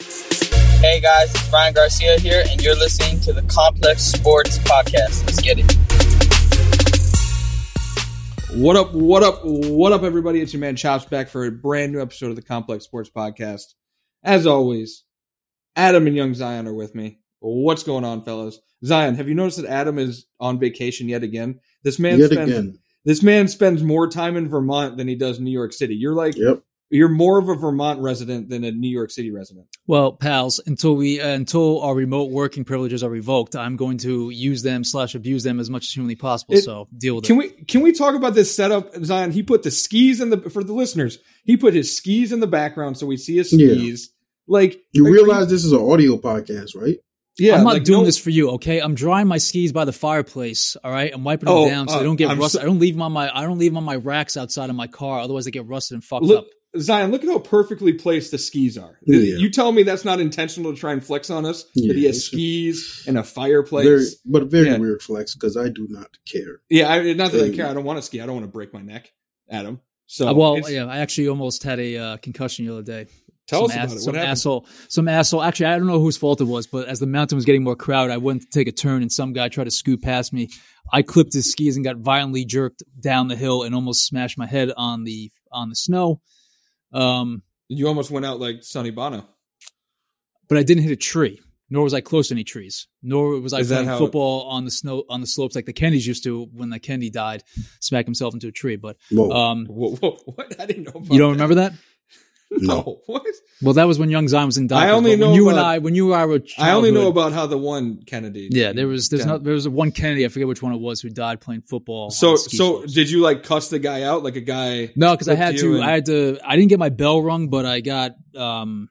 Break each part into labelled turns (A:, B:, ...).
A: Hey guys, it's Brian Garcia here, and you're listening to the Complex Sports Podcast. Let's get it.
B: What up, what up, what up, everybody? It's your man Chops back for a brand new episode of the Complex Sports Podcast. As always, Adam and young Zion are with me. What's going on, fellas? Zion, have you noticed that Adam is on vacation yet again? This man
C: Yet
B: spends
C: again.
B: this man spends more time in Vermont than he does New York City. You're like
C: Yep.
B: you're more of a Vermont resident than a New York City resident.
D: Well, pals, until we uh, until our remote working privileges are revoked, I'm going to use them slash abuse them as much as humanly possible.
B: It-
D: so deal with
B: Can
D: it.
B: we can we talk about this setup, Zion? He put the skis in the for the listeners. He put his skis in the background so we see his
C: Yeah.
B: skis. Like
C: You
B: are-
C: realize this is an audio podcast, right?
B: yeah,
D: I'm not
B: like,
D: doing
B: no-
D: this for you, okay? I'm drying my skis by the fireplace. All right, I'm wiping them
B: Oh,
D: down so
B: uh,
D: they don't get
B: I'm
D: rusted.
B: so-
D: I don't leave them on my I don't leave them on my racks outside of my car, otherwise they get rusted and fucked
B: Look,
D: up.
B: Zion, look at how perfectly placed the skis are.
C: Yeah.
B: You tell me that's not intentional to try and flex on us that he
C: Yeah.
B: has skis and a
C: Very,
B: fireplace.
C: but very
B: Yeah.
C: weird flex because I do not care.
B: yeah, I, not that I
C: Very-
B: care. I don't want to ski. I don't want to break my neck, Adam. So
D: Uh, well,
B: it's-
D: yeah, I actually almost had a uh, concussion the other day.
B: tell us
D: some ass-
B: about it.
D: Some
B: What happened?
D: asshole, some asshole. Actually, I don't know whose fault it was, but as the mountain was getting more crowded, I went to take a turn, and some guy tried to scoot past me. I clipped his skis and got violently jerked down the hill and almost smashed my head on the on the snow. Um,
B: You almost went out like Sonny Bono.
D: but I didn't hit a tree, nor was I close to any trees, nor was I
B: Is that
D: playing
B: how-
D: football on the snow on the slopes like the Kennedys used to when the Kennedy died, smack himself into a tree. But
C: Whoa,
B: Oh. Uh,
D: um,
B: Whoa, whoa, what? I didn't know. About
D: you don't remember that?
B: No.
C: no.
B: What?
D: Well, that was when young Zion was in. Diapers,
B: I only
D: but when
B: know
D: you and
B: about-
D: I when you and I were.
B: I only know
D: childhood-
B: about how the one Kennedy.
D: Yeah, there was there's
B: died.
D: not there was one Kennedy I forget which one it was who died playing football. on
B: So
D: the ski
B: so
D: slopes.
B: did you like cuss the guy out like a guy?
D: no, because I had
B: you
D: to
B: and-
D: I had to I didn't get my bell rung, but I got um,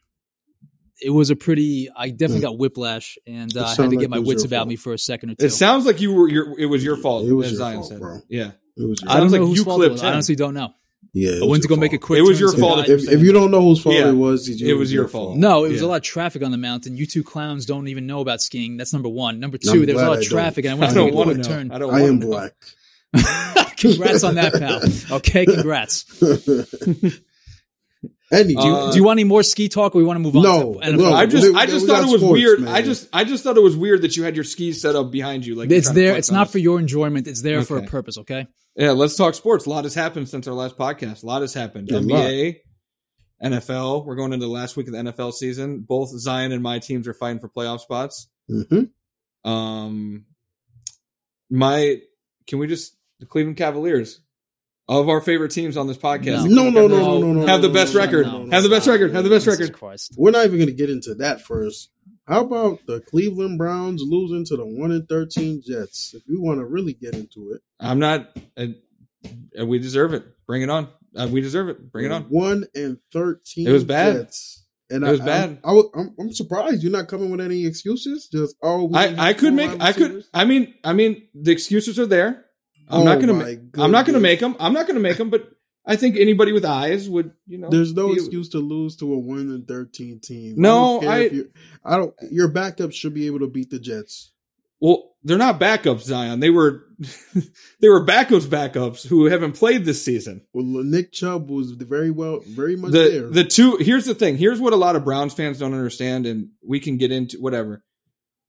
D: it was a pretty I
B: Hmm.
D: definitely got whiplash and uh, I had
C: sounded
D: to
C: like
D: get my
C: it was
D: wits
C: your
D: about
C: fault.
D: me for a second or two.
B: It sounds like you were your. It was your fault.
C: It was
B: as
C: your
B: Zion
C: fault,
B: said.
C: bro.
B: Yeah.
C: It was your,
D: I don't
B: sounds
D: know
B: like
D: whose
B: you
D: fault it was.
B: clipped
D: I
B: him.
D: honestly don't know.
C: yeah, it
D: I
C: was
D: went to go
C: your
D: make a
C: fault.
D: quick.
B: It was
D: turn
B: your
D: to the
B: fault
D: guy
C: If,
D: saying-
C: if you don't know whose fault
B: Yeah.
C: it was, it,
B: It was your fault.
D: No, it was
B: Yeah.
D: a lot of traffic on the mountain. You two clowns don't even know about skiing. That's number one. Number
C: I'm
D: two, there was a
C: glad
D: lot
C: I
D: of
C: don't.
D: traffic, and I
B: I
D: went to
B: don't
D: make a
B: want to
D: quick
B: know.
D: turn.
B: I don't.
C: I
B: wanna
C: am
B: know.
C: black.
D: congrats on that, pal. Okay, congrats.
C: Andy,
B: Uh,
C: do you,
D: Do you want any more ski talk, or we want to move on?
C: No,
D: to- and-
C: no.
B: I just,
C: We-
B: I just
C: we
B: thought
C: got
B: it was
C: sports,
B: weird.
C: man.
B: I just, I just thought it was weird that you had your skis set up behind you. Like you're
D: it's
B: trying to
D: there.
B: flex
D: It's
B: on
D: not
B: us.
D: for your enjoyment. It's there for a
B: Okay.
D: purpose. Okay.
B: Yeah, let's talk sports. A lot has happened since our last podcast. A lot has happened.
C: A
B: NBA, NFL. We're going into the last week of the NFL season. Both Zion and my teams are fighting for playoff spots.
C: Mhm.
B: Um, my can we just the Cleveland Cavaliers of our favorite teams on this podcast?
C: No, no, no,
D: No,
C: no, no, no.
B: Have the
C: no,
B: best
C: no,
B: record.
C: no, no,
B: Have the
C: no.
B: best record. Have the best
D: Jesus
B: record.
D: Christ.
C: We're not even going to get into that first. How about the Cleveland Browns losing to the one and thirteen Jets? If you want to really get into it,
B: I'm not. Uh, uh, we deserve it. Bring it on. Uh, we deserve it. Bring it on.
C: One and thirteen.
B: It was bad.
C: Jets. And
B: It was
C: I,
B: bad.
C: I, I, am I'm surprised you're not coming with any excuses. Just oh, we didn't
B: I, I
C: have
B: could
C: four
B: make.
C: wide
B: I could.
C: receivers.
B: I mean. I mean. The excuses are there. I'm
C: Oh
B: not gonna.
C: my
B: Make, I'm not gonna
C: goodness.
B: make them. I'm not gonna make them. But I think anybody with eyes would. You know.
C: There's no
B: be-
C: excuse to lose to a one and thirteen team.
B: No,
C: I don't. care
B: I-
C: if you- I don't your backup should be able to beat the Jets.
B: Well, they're not backups, Zion. They were. they were backups, backups who haven't played this season.
C: Well, Nick Chubb was very well, very much
B: the
C: there.
B: the two here's the thing here's what a lot of browns fans don't understand and we can get into whatever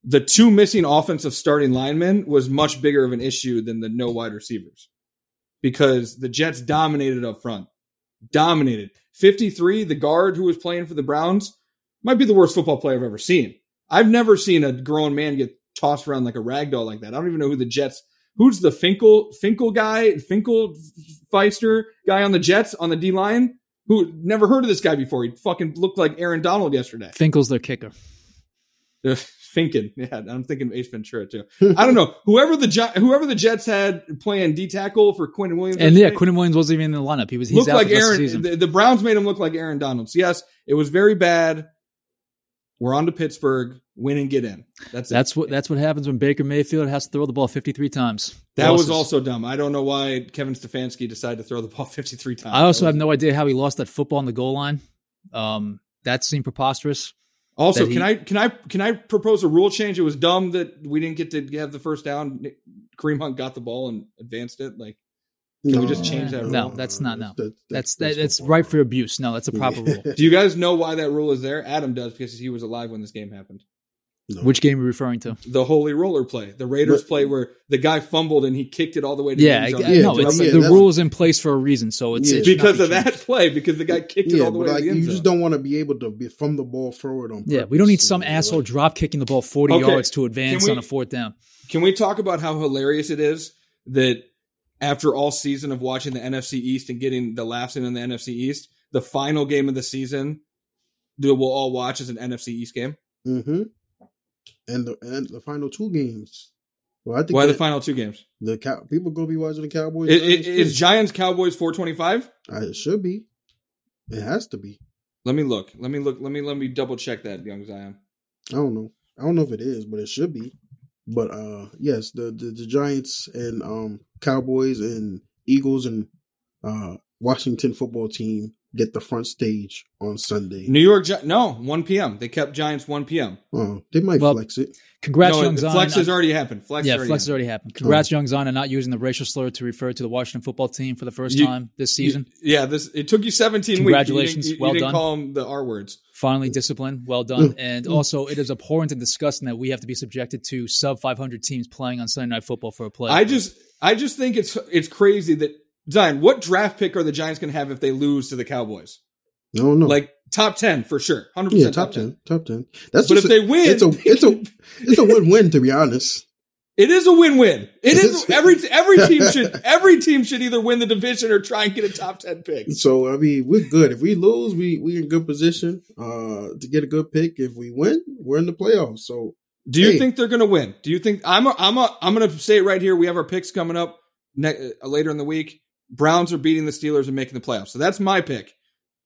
B: the two missing offensive starting linemen was much bigger of an issue than the no wide receivers because the jets dominated up front dominated 53 the guard who was playing for the browns might be the worst football player i've ever seen i've never seen a grown man get tossed around like a rag doll like that i don't even know who the jets who's the finkel finkel guy finkel feister guy on the jets on the d line who never heard of this guy before. He fucking looked like Aaron Donald yesterday.
D: Finkel's their kicker.
B: Finken. Yeah, I'm thinking of Ace Ventura too. I don't know. Whoever the Gi- whoever the Jets had playing D tackle for Quentin Williams,
D: And
B: I
D: yeah,
B: think,
D: Quinton Williams wasn't even in the lineup. He was he's
B: looked
D: out
B: like
D: for the rest of the
B: Aaron.
D: season.
B: The, the Browns made him look like Aaron Donalds. Yes, it was very bad. We're on to Pittsburgh. Win and get in. That's it.
D: That's what that's what happens when Baker Mayfield has to throw the ball 53 times.
B: that
D: Losses.
B: was also dumb. I don't know why Kevin Stefanski decided to throw the ball 53 times.
D: I also
B: That was-
D: have no idea how he lost that football on the goal line. Um, that seemed preposterous.
B: Also,
D: that he-
B: can I can I can I propose a rule change? It was dumb that we didn't get to have the first down. Kareem Hunt got the ball and advanced it. Like
C: Can
B: we just change that
D: No, rule? that's not- no. That's that, that's
C: football.
D: ripe for abuse. No, that's a proper rule.
B: Do you guys know why that rule is there? Adam does because he was alive when this game happened.
C: No.
D: Which game are you referring to?
B: The holy roller play, the Raiders
C: But-
B: play where the guy fumbled and he kicked it all the way to
D: Yeah, I,
B: the end zone.
D: I- no,
C: Yeah,
D: it's,
C: yeah,
D: the
C: that's-
D: rule's in place for a reason. So it's,
C: Yeah.
D: it's
B: because
D: nothing
B: of that
D: changed.
B: play, because the guy kicked it
C: yeah,
B: all the
C: but
B: way to
C: like
B: the end
C: you
B: zone.
C: just don't want to be able to be from the ball forward on.
D: Yeah,
C: purpose.
D: we don't need some
C: Yeah,
D: asshole
C: like-
D: drop kicking the ball 40
B: Okay.
D: yards to advance
B: Can we-
D: on a fourth down.
B: Can we talk about how hilarious it is that after all season of watching the NFC East and getting the laughs in on the NFC East, the final game of the season that we'll all watch is an NFC East game?
C: Mhm. And the and the final two games. Well, I think
B: Why the
C: that
B: final two games?
C: the cow- people gonna be watching the Cowboys.
B: It, it,
C: Giants,
B: is Giants Cowboys 425?
C: too. Uh, it should be. It has to be.
B: Let me look. Let me look. Let me let me double check that, young as I am.
C: I don't know. I don't know if it is, but it should be. But uh yes, the the, the Giants and um Cowboys and Eagles and uh Washington football team get the front stage on Sunday.
B: New York, Gi- no, 1 p.m. They kept Giants 1 p.m.
C: Oh, they might
D: Well,
C: flex it.
D: Congrats,
B: no,
D: Young
B: it-
D: Zion.
B: flex has
D: on-
B: already happened. Flex,
D: yeah,
B: already
D: flex has
B: happened.
D: already happened. Congrats, Young Zion, on not using the racial slur to refer to the Washington football team for the first
B: You-
D: time this season.
B: You- yeah, this it took you 17 weeks.
D: Congratulations,
B: You didn't- You, you,
D: well
B: didn't
D: done.
B: call them the R words.
D: Finally, discipline. Well done.
C: Mm.
D: And also, it is abhorrent and disgusting that we have to be subjected to sub 500 teams playing on Sunday Night Football for a play.
B: I just I just think it's it's crazy that Zion, what draft pick are the Giants going to have if they lose to the Cowboys?
C: I don't know.
B: Like top 10 for sure. 100%
C: Hmm. yeah, top ten, top ten. That's
B: But
C: just
B: if they win,
C: it's a it's a it's a win win to be honest.
B: It is a win-win. It is
C: It's-
B: every every team should every team should either win the division or try and get a top 10 pick.
C: So I mean, we're good. If we lose, we we in good position uh to get a good pick. If we win, we're in the playoffs. So
B: Do you
C: Hey.
B: think they're going to win? Do you think I'm a, I'm a, I'm going to say it right here. We have our picks coming up ne- uh, later in the week. Browns are beating the Steelers and making the playoffs. So that's my pick.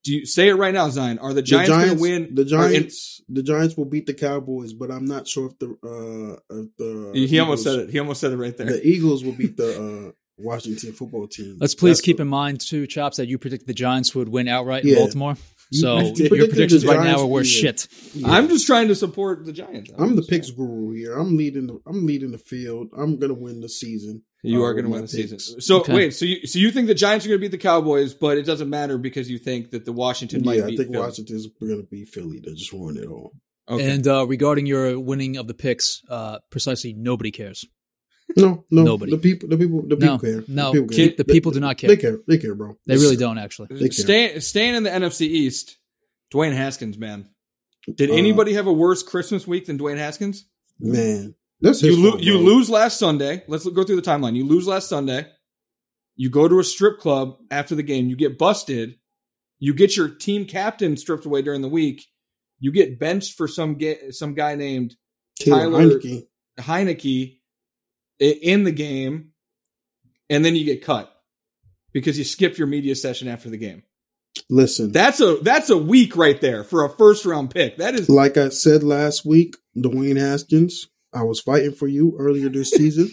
B: Do you say it right now, Zion? Are the Giants, going to win?
C: The
B: Are in-
C: Giants, the Giants will beat the Cowboys, but I'm not sure if the uh if the
B: he almost said it. He almost said it right there.
C: The Eagles will beat the uh Washington football team.
D: Let's please
C: That's-
D: keep in mind, too, Chops, that you predicted the Giants would win outright in
C: Yeah.
D: Baltimore.
C: You
D: So
C: predicted the
D: your predictions right now
C: Giants
D: are worth
C: would.
D: shit.
C: yeah.
B: I'm just trying to support the Giants.
C: I'm the
B: just
C: picks
B: saying.
C: guru here. I'm leading the I'm leading the field. I'm gonna win the season.
B: You
C: uh,
B: are going to
C: with
B: win the
C: my
B: season.
C: picks.
B: So
D: Okay.
B: wait, so you so you think the Giants are going to beat the Cowboys, but it doesn't matter because you think that the Washington might
C: Yeah, I
B: beat
C: think
B: Philly.
C: Washington's gonna beat Philly. They just ruin it all.
B: Okay.
D: And uh, regarding your winning of the picks, uh, precisely nobody cares.
C: No, no,
D: Nobody.
C: The people, the people, the
D: No,
C: people care.
D: no,
C: the people, care.
D: the people do not care.
C: They care. They care, bro.
D: They really don't, actually.
C: They care.
B: Stay, staying in the NFC East, Dwayne Haskins, man. Did
C: Uh,
B: anybody have a worse Christmas week than Dwayne Haskins?
C: Man, that's
B: You,
C: his
B: lo-
C: fault,
B: you
C: bro.
B: lose last Sunday. Let's go through the timeline. You lose last Sunday. You go to a strip club after the game. You get busted. You get your team captain stripped away during the week. You get benched for some ga- some guy named
C: Taylor
B: Tyler-
C: Heineke.
B: Heineke i- in the game, and then you get cut because you skipped your media session after the game.
C: Listen,
B: That's a that's a week right there for a first round pick. That is
C: like I said last week, Dwayne Haskins. I was fighting for you earlier this season,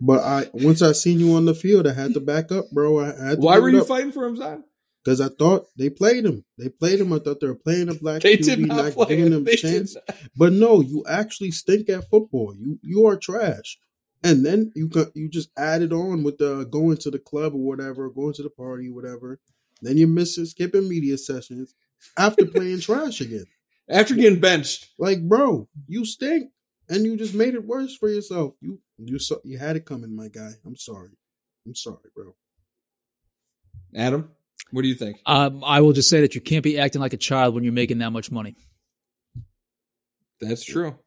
C: but I once I seen you on the field, I had to back up, bro. I had to
B: why were you fighting for him, Zion?
C: Because I thought they played him. They played him. I thought they were playing a black.
B: They did
C: QB,
B: not play
C: giving
B: him.
C: him
B: They
C: a
B: did
C: chance.
B: not.
C: But no, you actually stink at football. You you are trash. And then you got, you just added on with the going to the club or whatever, going to the party, whatever. Then you're missing skipping media sessions after playing trash again.
B: After getting benched,
C: Like, bro, you stink, and you just made it worse for yourself. You you so, you had it coming, my guy. I'm sorry. I'm sorry, bro.
B: Adam, what do you think?
D: Um, I will just say that you can't be acting like a child when you're making that much money.
B: That's true.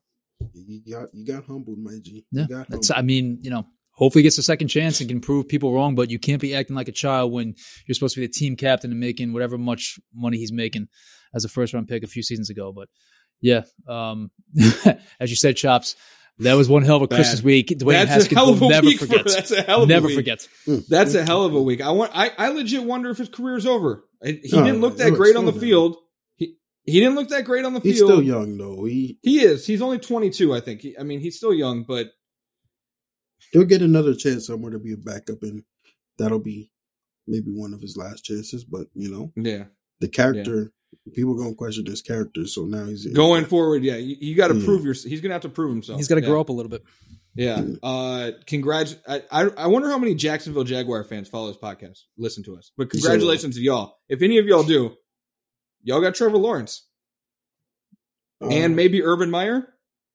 C: You got you got humbled, my G. You
D: Yeah,
C: got
D: that's.
C: humbled.
D: I mean, you know, hopefully he gets a second chance and can prove people wrong. But you can't be acting like a child when you're supposed to be the team captain and making whatever much money he's making as a first round pick a few seasons ago. But Yeah. Um, as you said, chops. That was one hell of a
B: Bad.
D: Christmas week. Dwayne
B: That's a
D: Haskins
B: hell of
D: will
B: a
D: never
B: week. For,
D: forget.
B: that's a hell of a
D: never
B: week.
D: forget.
B: Hmm, That's a hell of a week. I want. I, I legit wonder if his career's over. I- He
D: Oh,
C: No,
B: didn't look
C: no,
B: that
C: it's
B: great
C: still
B: on the
C: there.
B: field. He he didn't look that great on the
C: He's
B: field.
C: still young though. He
B: He is. He's only 22, I think. He, I mean, he's still young, but
C: he'll get another chance somewhere to be a backup, and that'll be maybe one of his last chances. But you know,
B: yeah,
C: the character people gonna question this character, so now he's
B: going forward, yeah, you, you got to
C: Yeah.
D: Hmm.
B: prove your. He's gonna have to prove himself.
D: He's got to
B: yeah.
D: grow up a little bit.
B: Yeah. Uh, congrats. I, I I wonder how many Jacksonville Jaguar fans follow this podcast, listen to us. But congratulations to y'all. If any of y'all do, y'all got Trevor Lawrence
C: Uh,
B: and maybe Urban Meyer.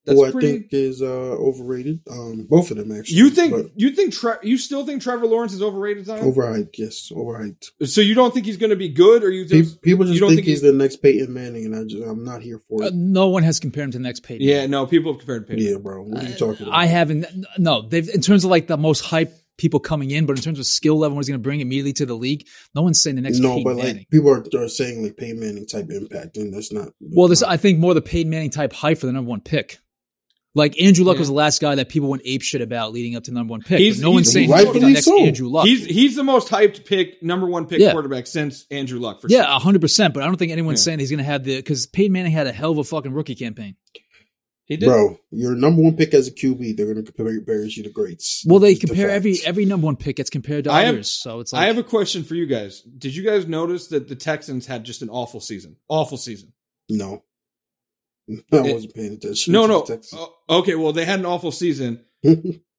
B: That's
C: who I
B: pretty.
C: think is uh, overrated. Um, both of them actually.
B: you think
C: but
B: you think Tre- you still think Trevor Lawrence is overrated, Zion?
C: overhyped? Yes, overhyped.
B: so you don't think he's going to be good, or you
C: Pe-
B: just
C: people just
B: you don't
C: think,
B: think
C: he's
B: he's-
C: the next Peyton Manning, and I just I'm not here for
D: Uh,
C: it.
D: no one has compared him to the next Peyton.
B: yeah? No, people have compared Peyton.
C: yeah, bro. What are you talking about?
D: I haven't. No, they've in terms of like the most hype people coming in, but in terms of skill level, who's going to bring immediately to the league? No one's saying the next.
C: no,
D: Peyton
C: but
D: Manning.
C: like people are, are saying like Peyton Manning type impact, and that's not.
D: Well, this I think more the Peyton Manning type hype for the number one pick. Like Andrew Luck
B: Yeah.
D: was the last guy that people went ape shit about leading up to number one pick.
B: He's-
D: but no one's
B: he's-
D: saying he's the
C: rightfully
D: next
C: so.
D: Andrew Luck.
B: He's he's the most hyped pick, number one pick
D: Yeah.
B: quarterback since Andrew Luck for
D: yeah,
B: sure.
D: hundred percent. But I don't think anyone's
B: Yeah.
D: saying he's going to have the because Peyton Manning had a hell of a fucking rookie campaign.
B: He did.
C: bro, your number one pick as a QB, they're gonna compare, compare you to greats.
D: Well, they
C: It's the
D: compare
C: fact.
D: every every number one pick gets compared to
B: I have-
D: others, so it's like
B: I have a question for you guys. Did you guys notice that the Texans had just an awful season? Awful season.
C: no. I
B: It-
C: wasn't paying attention.
B: No,
C: to
B: no.
C: Texas. Oh,
B: O- okay, well they had an awful season.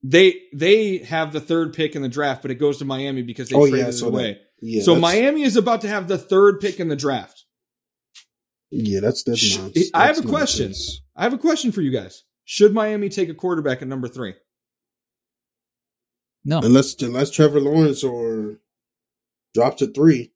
B: They they have the third pick in the draft, but it goes to Miami because they
C: Oh, yeah,
B: traded
C: I
B: it
C: saw
B: away.
C: yeah,
B: so
C: that's-
B: Miami is about to have the third pick in the draft.
C: Yeah, that's that's
B: Sh-
C: nonsense.
B: I have
C: That's
B: a question.
C: nonsense.
B: I have a question for you guys. Should Miami take a quarterback at number three?
D: no.
C: Unless unless Trevor Lawrence or dropped to three.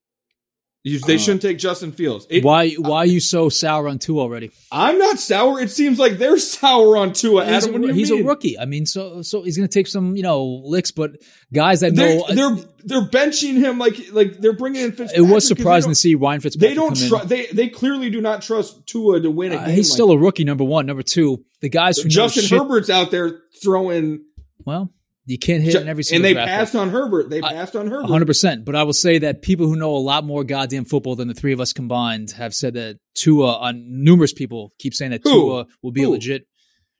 B: You- They
C: Uh,
B: shouldn't take Justin Fields. It-
D: why why are you so sour on two already?
B: I'm not sour. It seems like they're sour on Tua.
D: He's,
B: Adam,
D: a,
B: what do you
D: he's
B: mean?
D: a rookie. I mean, so so he's going to take some you know licks, but guys that
B: They're,
D: know
B: they're they're benching him like like they're bringing in
D: it
B: Fitzpatrick.
D: was
B: 'cause they
D: surprising
B: don't-
D: to see Ryan Fitzpatrick.
B: They don't
D: come in.
B: trust. They they clearly do not trust Tua to win a
D: Uh,
B: game.
D: he's
B: like
D: still a rookie. Number one, number two, the guys who
B: that. Justin
D: know shit,
B: Herbert's out there throwing,
D: Well, you can't hit
B: ju-
D: in every single
B: and they
D: draft
B: passed on Herbert. They
D: I-
B: passed on
D: pick.
B: Herbert.
D: 100%. But I will say that people who know a lot more goddamn football than the three of us combined have said that Tua, on numerous people keep saying that
B: Who?
D: Tua will be
B: Who?
D: legit.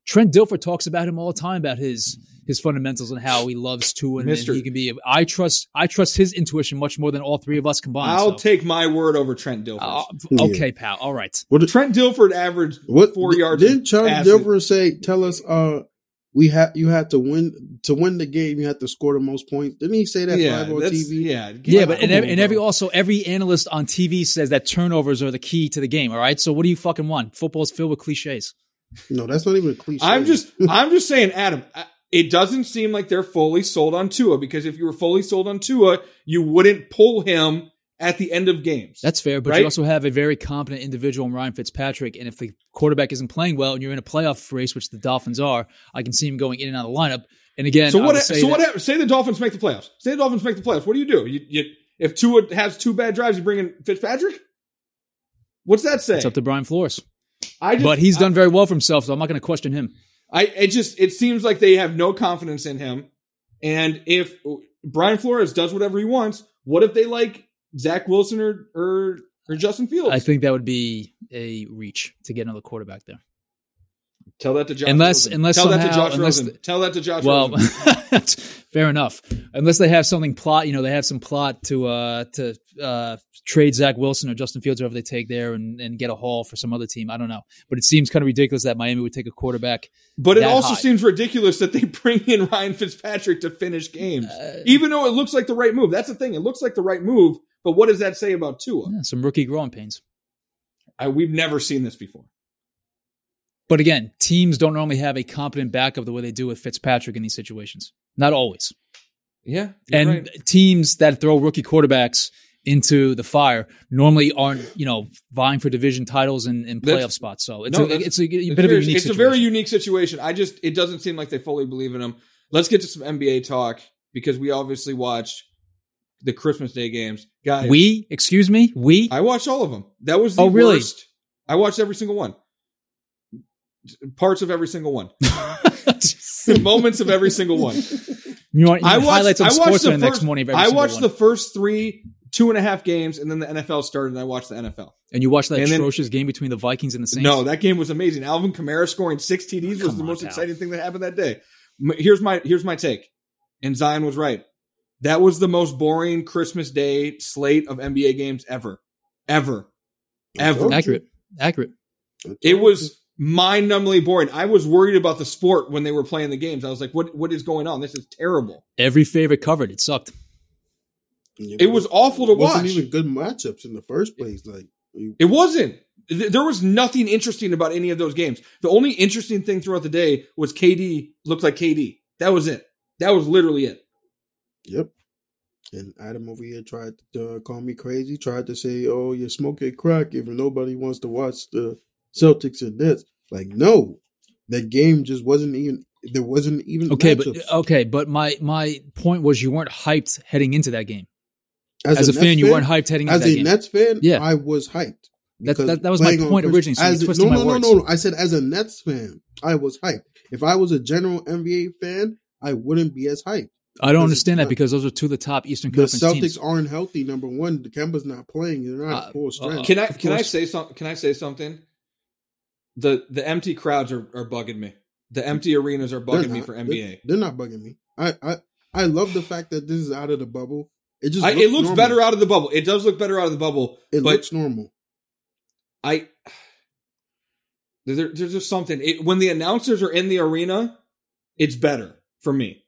D: Trent Dilfer talks about him all the time about his his fundamentals and how he loves Tua and, and
B: Mister-
D: he can be. I trust I trust his intuition much more than all three of us combined.
B: I'll
D: so.
B: take my word over Trent Dilford.
D: Uh,
C: Yeah.
D: okay, pal. All right.
C: What
B: Trent Dilford averaged
C: what
B: four
C: di-
B: yards.
C: Didn't
B: of
C: Charles
B: passing.
C: Denver say tell us uh we have you have to win to win the game, you have to score the most points. Didn't he say that
B: Yeah,
C: live on
B: that's-
C: TV?
B: yeah,
D: Yeah, but and
B: come
D: every,
B: on,
D: and every
B: bro.
D: also every analyst on TV says that turnovers are the key to the game. All right, so what do you fucking want? Football's filled with cliches.
C: No, that's not even a cliche.
B: I'm just I'm just saying, Adam. I- It doesn't seem like they're fully sold on Tua because if you were fully sold on Tua, you wouldn't pull him at the end of games.
D: That's fair, but
B: Right?
D: you also have a very competent individual in Ryan Fitzpatrick, and if the quarterback isn't playing well and you're in a playoff race, which the Dolphins are, I can see him going in and out of the lineup. And again,
B: so
D: I
B: what?
D: would say
B: So
D: that-
B: what? hap- Say the Dolphins make the playoffs. Say the Dolphins make the playoffs. What do you do? You, you if Tua has two bad drives, you bring in Fitzpatrick. What's that say?
D: It's up to Brian Flores,
B: I just,
D: but he's
B: I-
D: done very well for himself, so I'm not going to question him.
B: I it just it seems like they have no confidence in him. And if Brian Flores does whatever he wants, what if they like Zach Wilson or or, or Justin Fields?
D: I think that would be a reach to get another quarterback there.
B: Tell that to Josh.
D: Unless-
B: Rosen.
D: unless
B: tell that to
D: somehow-
B: Josh
D: unless
B: Rosen.
D: the-
B: tell that to Josh.
D: Well,
B: Rosen.
D: that's fair enough. Unless they have something plot, you know, they have some plot to uh to uh trade Zach Wilson or Justin Fields, whoever they take there, and, and get a haul for some other team. I don't know, but it seems kind of ridiculous that Miami would take a quarterback.
B: but it
D: that
B: also
D: high.
B: seems ridiculous that they bring in Ryan Fitzpatrick to finish games,
D: Uh,
B: even though it looks like the right move. That's the thing; it looks like the right move. But what does that say about Tua?
D: Yeah, some rookie growing pains.
B: I, we've never seen this before.
D: But again, teams don't normally have a competent backup the way they do with Fitzpatrick in these situations. Not always.
B: Yeah,
D: and teams that throw rookie quarterbacks into the fire normally aren't, you know, vying for division titles and, and
B: That's-
D: playoff spots. So it's
B: No,
D: a,
B: that's-
D: it's a,
B: it's,
D: bit of a
B: very,
D: unique
B: it's a
D: situation.
B: very unique situation. I just it doesn't seem like they fully believe in him. Let's get to some NBA talk because we obviously watched the Christmas Day games, guys.
D: We, excuse me, we.
B: I watched all of them. That was the
D: Oh, really?
B: worst. I watched every single one. parts of every single one, moments of every single one.
D: you want, you
B: I
D: want
B: watched.
D: highlights on
B: I watched the
D: Sportsman
B: first,
D: next morning of every
B: I
D: single
B: watched
D: one.
B: the first three, two and a half games, and then the NFL started, and I watched the NFL.
D: and you watched that
B: and then-
D: atrocious game between the Vikings and the Saints.
B: No, that game was amazing. Alvin Kamara scoring six TDs was
D: Come
B: the
D: on,
B: most
D: pal.
B: exciting thing that happened that day. M- Here's my here's my take, and Zion was right. That was the most boring Christmas Day slate of NBA games ever, ever, ever.
D: accurate, accurate.
B: It was mind-numbingly boring. I was worried about the sport when they were playing the games. I was like, "What what is going on? This is terrible."
D: Every favorite covered. It sucked.
B: It was awful to watch.
C: Wasn't even good matchups in the first place. Like you-
B: It wasn't. Th- There was nothing interesting about any of those games. The only interesting thing throughout the day was KD looked like KD. That was it. That was literally it.
C: Yep. And Adam over here tried to uh, call me crazy, tried to say, oh, you're smoking crack if nobody wants to watch the Celtics and Nets. Like, no. That game just wasn't even, there wasn't even
D: Okay,
C: matchups.
D: but uh, okay, but my my point was you weren't hyped heading into that game. As, a,
C: Nets
D: fan, you weren't hyped heading into
C: As
D: that
C: a
D: game.
C: Nets fan,
D: Yeah.
C: I was hyped.
D: That-
C: Because
D: that- that was my
C: playing on
D: point
C: Chris-
D: originally, so you
C: as a-
D: twisted
C: no,
D: my
C: no,
D: words.
C: no, no, no. I said as a Nets fan, I was hyped. If I was a general NBA fan, I wouldn't be as hyped.
D: I
C: Because
D: don't
C: it's
D: understand that
C: not-
D: because those are two of the top Eastern
C: The
D: Conference
C: Celtics
D: teams.
C: aren't healthy. Number one, the Kemba's not playing. They're not
D: Uh,
C: at full strength.
D: uh,
B: Can I
D: of
B: can I
D: course.
B: say something? Can I say something? The the empty crowds are, are bugging me. The empty arenas are bugging
C: They're
B: me
C: not.
B: for
C: They're-
B: NBA.
C: They're, not bugging me. I, I I love the fact that this is out of the bubble. It just
B: I, it looks
C: normal.
B: better out of the bubble. It does look better out of the bubble.
C: It
B: but
C: looks normal.
B: I there, there's just something. It, when the announcers are in the arena, it's better for me.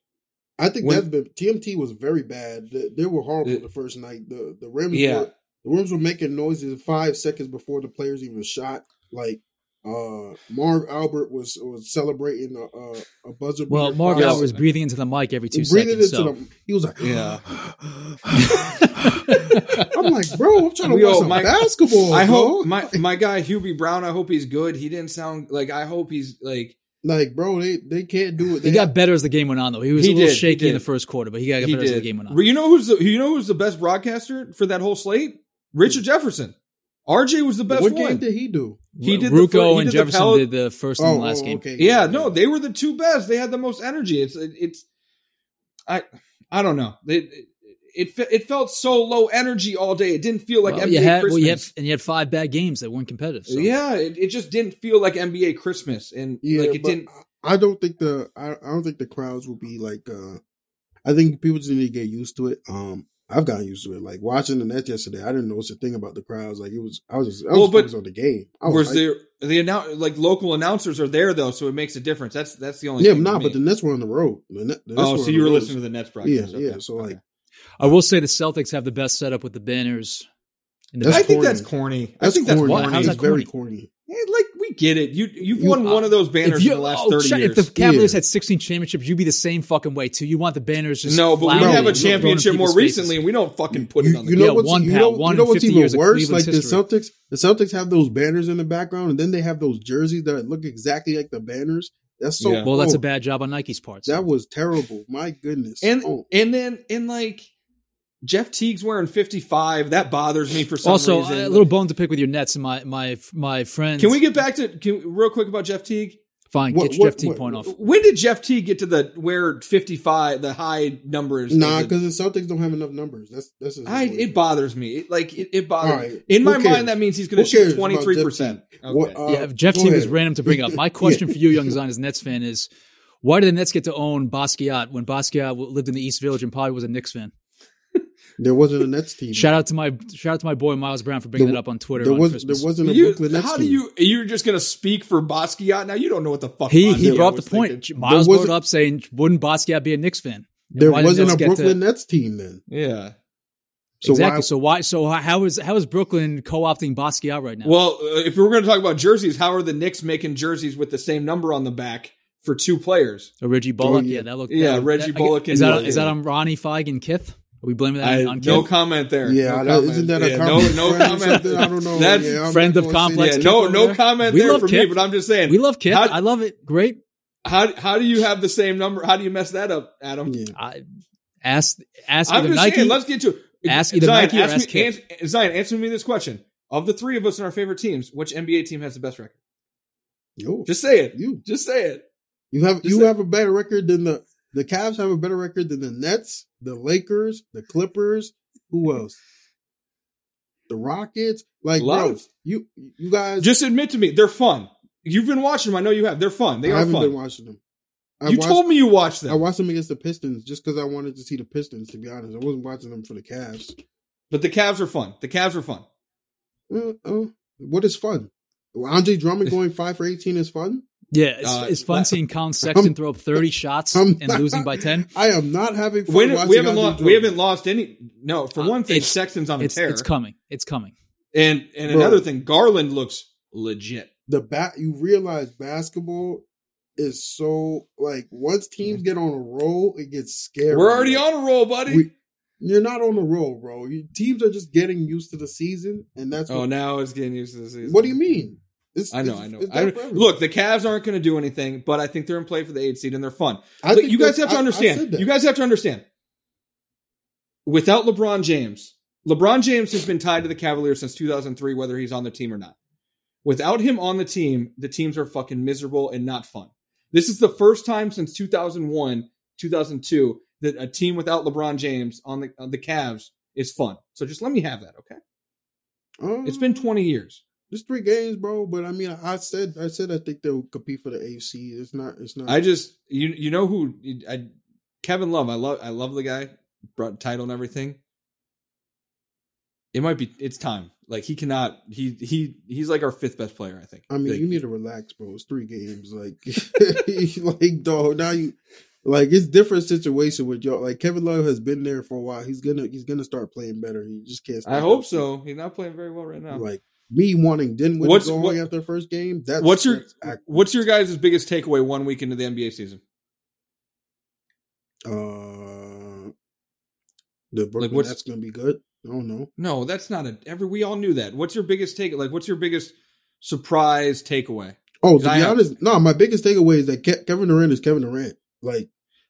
C: I think
B: when-
C: that's been TMT was very bad. They, they were horrible
B: It-
C: the first night. The the rims
B: Yeah.
C: were, the rims were making noises five seconds before the players even shot. Like uh Marv Albert was was celebrating a, a, a buzzer.
D: Well,
C: beater
D: Marv
C: foul.
D: Albert was breathing into the mic every two
C: He breathed
D: seconds.
C: into
D: so.
C: them. He was like,
B: Yeah.
C: I'm like, bro, I'm trying to
B: We
C: watch
B: all-
C: some
B: my-
C: basketball.
B: I
C: bro."
B: hope my my guy Hubie Brown. I hope he's good. He didn't sound like I hope he's like
C: like, bro, they they can't do it. They
D: He got better as the game went on, though. He was
B: He
D: a little
B: did, he
D: shaky in
B: did.
D: the first quarter, but he got
B: he
D: better as the
B: did.
D: game went on.
B: You know who's the you know who's the best broadcaster for that whole slate? Richard Jefferson. RJ was the best
C: what
B: one.
C: game did he do?
B: he did the
D: Ruco
B: fir- he
D: and
B: did the
D: Jefferson
B: Pal-
D: did the first
C: Oh,
D: and last game.
B: yeah, no, they were the two best. They had the most energy. It's it, it's I I don't know. It, it it it felt so low energy all day. It didn't feel like
D: Well,
B: NBA
D: you had, well,
B: Christmas.
D: you had, and you had five bad games that weren't competitive. So.
B: Yeah, it, it just didn't feel like NBA Christmas, and
C: Yeah,
B: like it
C: but
B: didn't.
C: I I don't think the I, I don't think the crowds will be like. uh I think people just need to get used to it. Um, I've gotten used to it. Like watching the Nets yesterday, I didn't notice a thing about the crowds. Like it was, I was just I was
B: Well, but
C: focused on the game. Oh, I
B: Was
C: was like,
B: there the annou- like local announcers are there though, so it makes a difference. That's that's the only.
C: yeah,
B: thing to
C: nah,
B: me.
C: but the Nets were on the road. The Net, the Nets
B: oh,
C: were
B: so
C: on
B: you were
C: road.
B: listening to the Nets broadcast?
C: Yeah,
B: okay.
C: yeah. So like,
B: Okay.
D: I will say the Celtics have the best setup with the banners. In the
C: That's
B: I
D: back.
B: think
C: corny.
B: that's corny. I
C: that's
B: think
C: corny.
D: why-
B: that's
D: how's
B: corny.
C: It's
D: that
C: very corny.
B: Eh, Like we get it. You you've
C: You-
B: won one of those banners
D: If you-
B: in the last
D: oh,
B: thirty
D: shit,
B: years.
D: If the Cavaliers
C: Yeah.
D: had 16 championships, you'd be the same fucking way too. You want the banners just
B: no, but we
D: flowering
C: Bro,
B: have a
D: and thrown in
B: championship more
D: people's faces.
B: recently, and we don't fucking put it
C: You,
B: on the.
C: you know
D: Yeah,
C: what's
D: one
C: you
D: pound-
C: know,
D: one
C: you know
D: in
C: what's
D: 50
C: even
D: years of
C: worse? Like
D: Cleveland's
C: the Celtics, the Celtics have those banners in the background, and then they have those jerseys that look exactly like the banners. That's so.
B: Yeah.
D: Well, that's a
C: broke.
D: bad job on Nike's part.
C: That was terrible. My goodness.
B: and
C: Oh.
B: and then and like Jeff Teague's wearing fifty five. That bothers me for some
D: also,
B: reason.
D: a little bone to pick with your Nets and my my my friends.
B: Can we get back to can, real quick about Jeff Teague?
D: fine?
C: What- what-
D: get your Jeff T
C: what-
D: point off.
B: When did Jeff T get to the where fifty five the high numbers?
C: Nah, because the Celtics don't have enough numbers. That's that's just
B: I it bothers me. It, like it, it bothers
C: All right.
B: in
C: Who
B: my
C: cares?
B: mind that means he's going
C: Who
B: to
C: cares
B: shoot
C: about
B: twenty
C: Jeff
B: three
C: Teague?
B: percent.
C: What, uh,
D: yeah, if Jeff
C: go
D: T was
C: ahead.
D: random to bring up. My question for you, Young Zion, as a Nets fan, is why did the Nets get to own Basquiat when Basquiat w- lived in the East Village and probably was a Knicks fan?
C: There wasn't a Nets team.
D: Shout out to my shout out to my boy Miles Brown for bringing
C: There
D: that up on Twitter.
C: there
D: on
C: was
D: Christmas.
C: there wasn't a
B: You-
C: Brooklyn Nets
B: how
C: team.
B: do you? You're just going to speak for Basquiat now? You don't know what the fuck
D: he
B: Basquiat
D: he brought up
B: was
D: the point.
B: thinking.
D: Miles
C: There
D: brought
C: wasn't-
D: up saying, "Wouldn't Basquiat be a Knicks fan?" And
C: there
D: why did the
C: wasn't
D: Nets
C: a
D: get
C: Brooklyn
D: To,
C: Nets team then.
B: Yeah.
C: So
D: exactly.
C: why-
D: so why? So how is how is Brooklyn co-opting Basquiat right now?
B: Well, uh, if we're going to talk about jerseys, how are the Knicks making jerseys with the same number on the back for two players?
D: Or Reggie Bullock.
C: Oh, yeah.
D: yeah, that looked.
B: Yeah,
D: that,
B: Reggie
D: that-
B: Bullock
D: Is
B: and-
D: that is that on Ronnie Feig and Kith? Are we blaming that
B: I-
D: on
B: no
D: Kith?
B: comment there.
C: yeah,
B: no
C: that,
B: comment.
C: isn't that a
B: Yeah,
C: comment?
B: No, no
C: friend or
B: comment.
C: something? I don't know.
B: That's
C: yeah, I'm
D: friend
C: not
D: of
C: gonna say
D: complex.
B: yeah,
C: that.
D: Kip
B: no,
D: over
B: no
D: there.
B: comment
D: We
B: there
D: love
B: for me.
D: Kip.
B: But I'm just saying,
D: we love Kith.
B: How-
D: I love it. Great.
B: how how do you have the same number? How do you mess that up, Adam?
C: Yeah.
D: I ask ask
B: I'm
D: either
B: just
D: Nike.
B: saying. Let's get to it.
D: Ask either Nike or ask
B: me,
D: Kip.
B: ans- Zion, answer me this question: Of the three of us in our favorite teams, which NBA team has the best record?
C: Yo,
B: Just say it.
C: you
B: Just say it.
C: you have
B: Just
C: you
B: say-
C: have a better record than the the Cavs have a better record than the Nets, the Lakers, the Clippers. Who else? The Rockets. Like bro,
B: Love.
C: you you guys.
B: Just admit to me they're fun. You've been watching them. I know you have. They're fun. They
C: I
B: are
C: haven't
B: fun.
C: been watching them. I
B: you
C: watched,
B: told me you watched them,
C: I watched them against the Pistons just because I wanted to see the Pistons. To be honest, I wasn't watching them for the Cavs.
B: but the Cavs are fun. The Cavs are fun.
C: Uh, uh, what is fun? Andre Drummond going five for eighteen is fun.
D: Yeah, it's,
B: Uh,
D: it's fun
B: la-
D: seeing Colin Sexton throw up 30 shots
C: I'm
D: and losing by 10.
C: I am not having fun.
B: When,
C: watching
B: we haven't
C: Andre
B: lost. We
C: Drummond.
B: haven't lost any. No, for
D: Uh,
B: one thing,
D: it's-
B: Sexton's on a
D: It's
B: tear,
D: it's coming. It's coming.
B: and and
C: Bro.
B: another thing, Garland looks legit.
C: the bat you realize basketball is so like once teams get on a roll, it gets scary.
B: Mm-hmm. We're already on a roll, buddy.
C: We- You're not on a roll, bro. Your teams are just getting used to the season, and that's
B: oh,
C: what,
B: now it's getting used to the season.
C: what do you mean? It's,
B: I know,
C: it's-
B: I know.
C: it's
B: I,
C: that for everyone.
B: look, the Cavs aren't going to do anything, but I think they're in play for the eight seed, and they're fun.
C: I
B: But
C: think
B: you guys have
C: that's-
B: to
C: I- I said
B: understand.
C: that.
B: you guys have to understand. Without LeBron James, LeBron James has been tied to the Cavaliers since 2003, whether he's on the team or not. Without him on the team, the teams are fucking miserable and not fun. This is the first time since 2001, 2002 that a team without LeBron James on the on the Cavs is fun. So just let me have that, okay?
C: Uh,
B: It's been 20 years.
C: just three games, bro. But I mean, I said, I said, I think they'll compete for the AC. It's not, it's not.
B: I just you you know who I Kevin Love. I love I love the guy. Brought title and everything. It might be it's time. Like he cannot. He he he's like our fifth best player. I think.
C: I mean,
B: Like,
C: you need to relax, bro. It's three games. Like, like dog. Now you, like, it's different situation with y'all. Like Kevin Love has been there for a while. He's gonna, he's gonna start playing better. He just can't. stay
B: I hope
C: healthy.
B: so. He's not playing very well right now.
C: Like me wanting Dinwiddie
B: What's-
C: What's,
B: what-
C: going after the first game. That's
B: what's your
C: that's act-
B: what's your guys' biggest takeaway one week into the NBA season?
C: uh, the
B: Like,
C: Brooklyn like
B: what's-
C: Nets gonna be good. I don't know.
B: No, that's not a every. We all knew that. What's your biggest take? Like, what's your biggest surprise takeaway?
C: Oh, to be
B: I have-
C: honest, no. My biggest takeaway is that Ke- Kevin Durant is Kevin Durant. Like.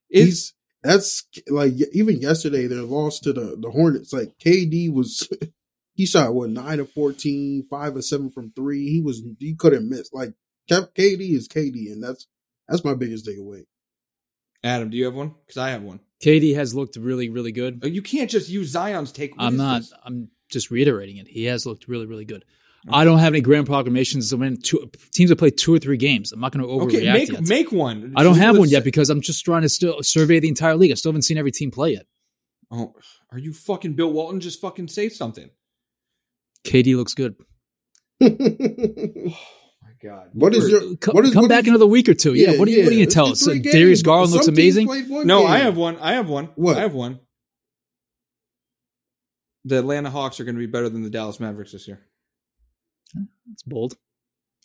B: Is
C: he's that's like y- even yesterday their loss to the the Hornets. Like KD was, he shot what nine of 14, 5 of seven from three. He was he couldn't miss. Like Kev- KD is KD, and that's that's my biggest takeaway.
B: Adam? Do you have one? Because I have one.
D: KD has looked really, really good.
B: You can't just use Zion's take. What
D: I'm
B: is
D: not.
B: this?
D: I'm just reiterating it. He has looked really, really good. I don't have any grand proclamations. I mean, two, teams have played two or three games. I'm not going to overreact.
B: Okay, make
D: yet.
B: make one.
D: I don't
B: Just
D: have
B: let's
D: one yet
B: say-
D: because I'm just trying to still survey the entire league. I still haven't seen every team play yet.
B: Oh, are you fucking Bill Walton? Just fucking say something.
D: KD looks good.
B: Oh my god.
C: what is your
D: Co-
C: what is
D: come
C: what
D: back
C: is-
D: another week or two. Yeah, what are you, what are you going
C: it's
D: to tell
C: been
D: us?
C: three
D: That Darius
C: games.
D: Garland looks
C: Some teams
D: amazing?
C: played one
B: No,
C: game.
B: I have one. I have one.
C: What?
B: I have one. The Atlanta Hawks are going to be better than the Dallas Mavericks this year.
D: It's bold.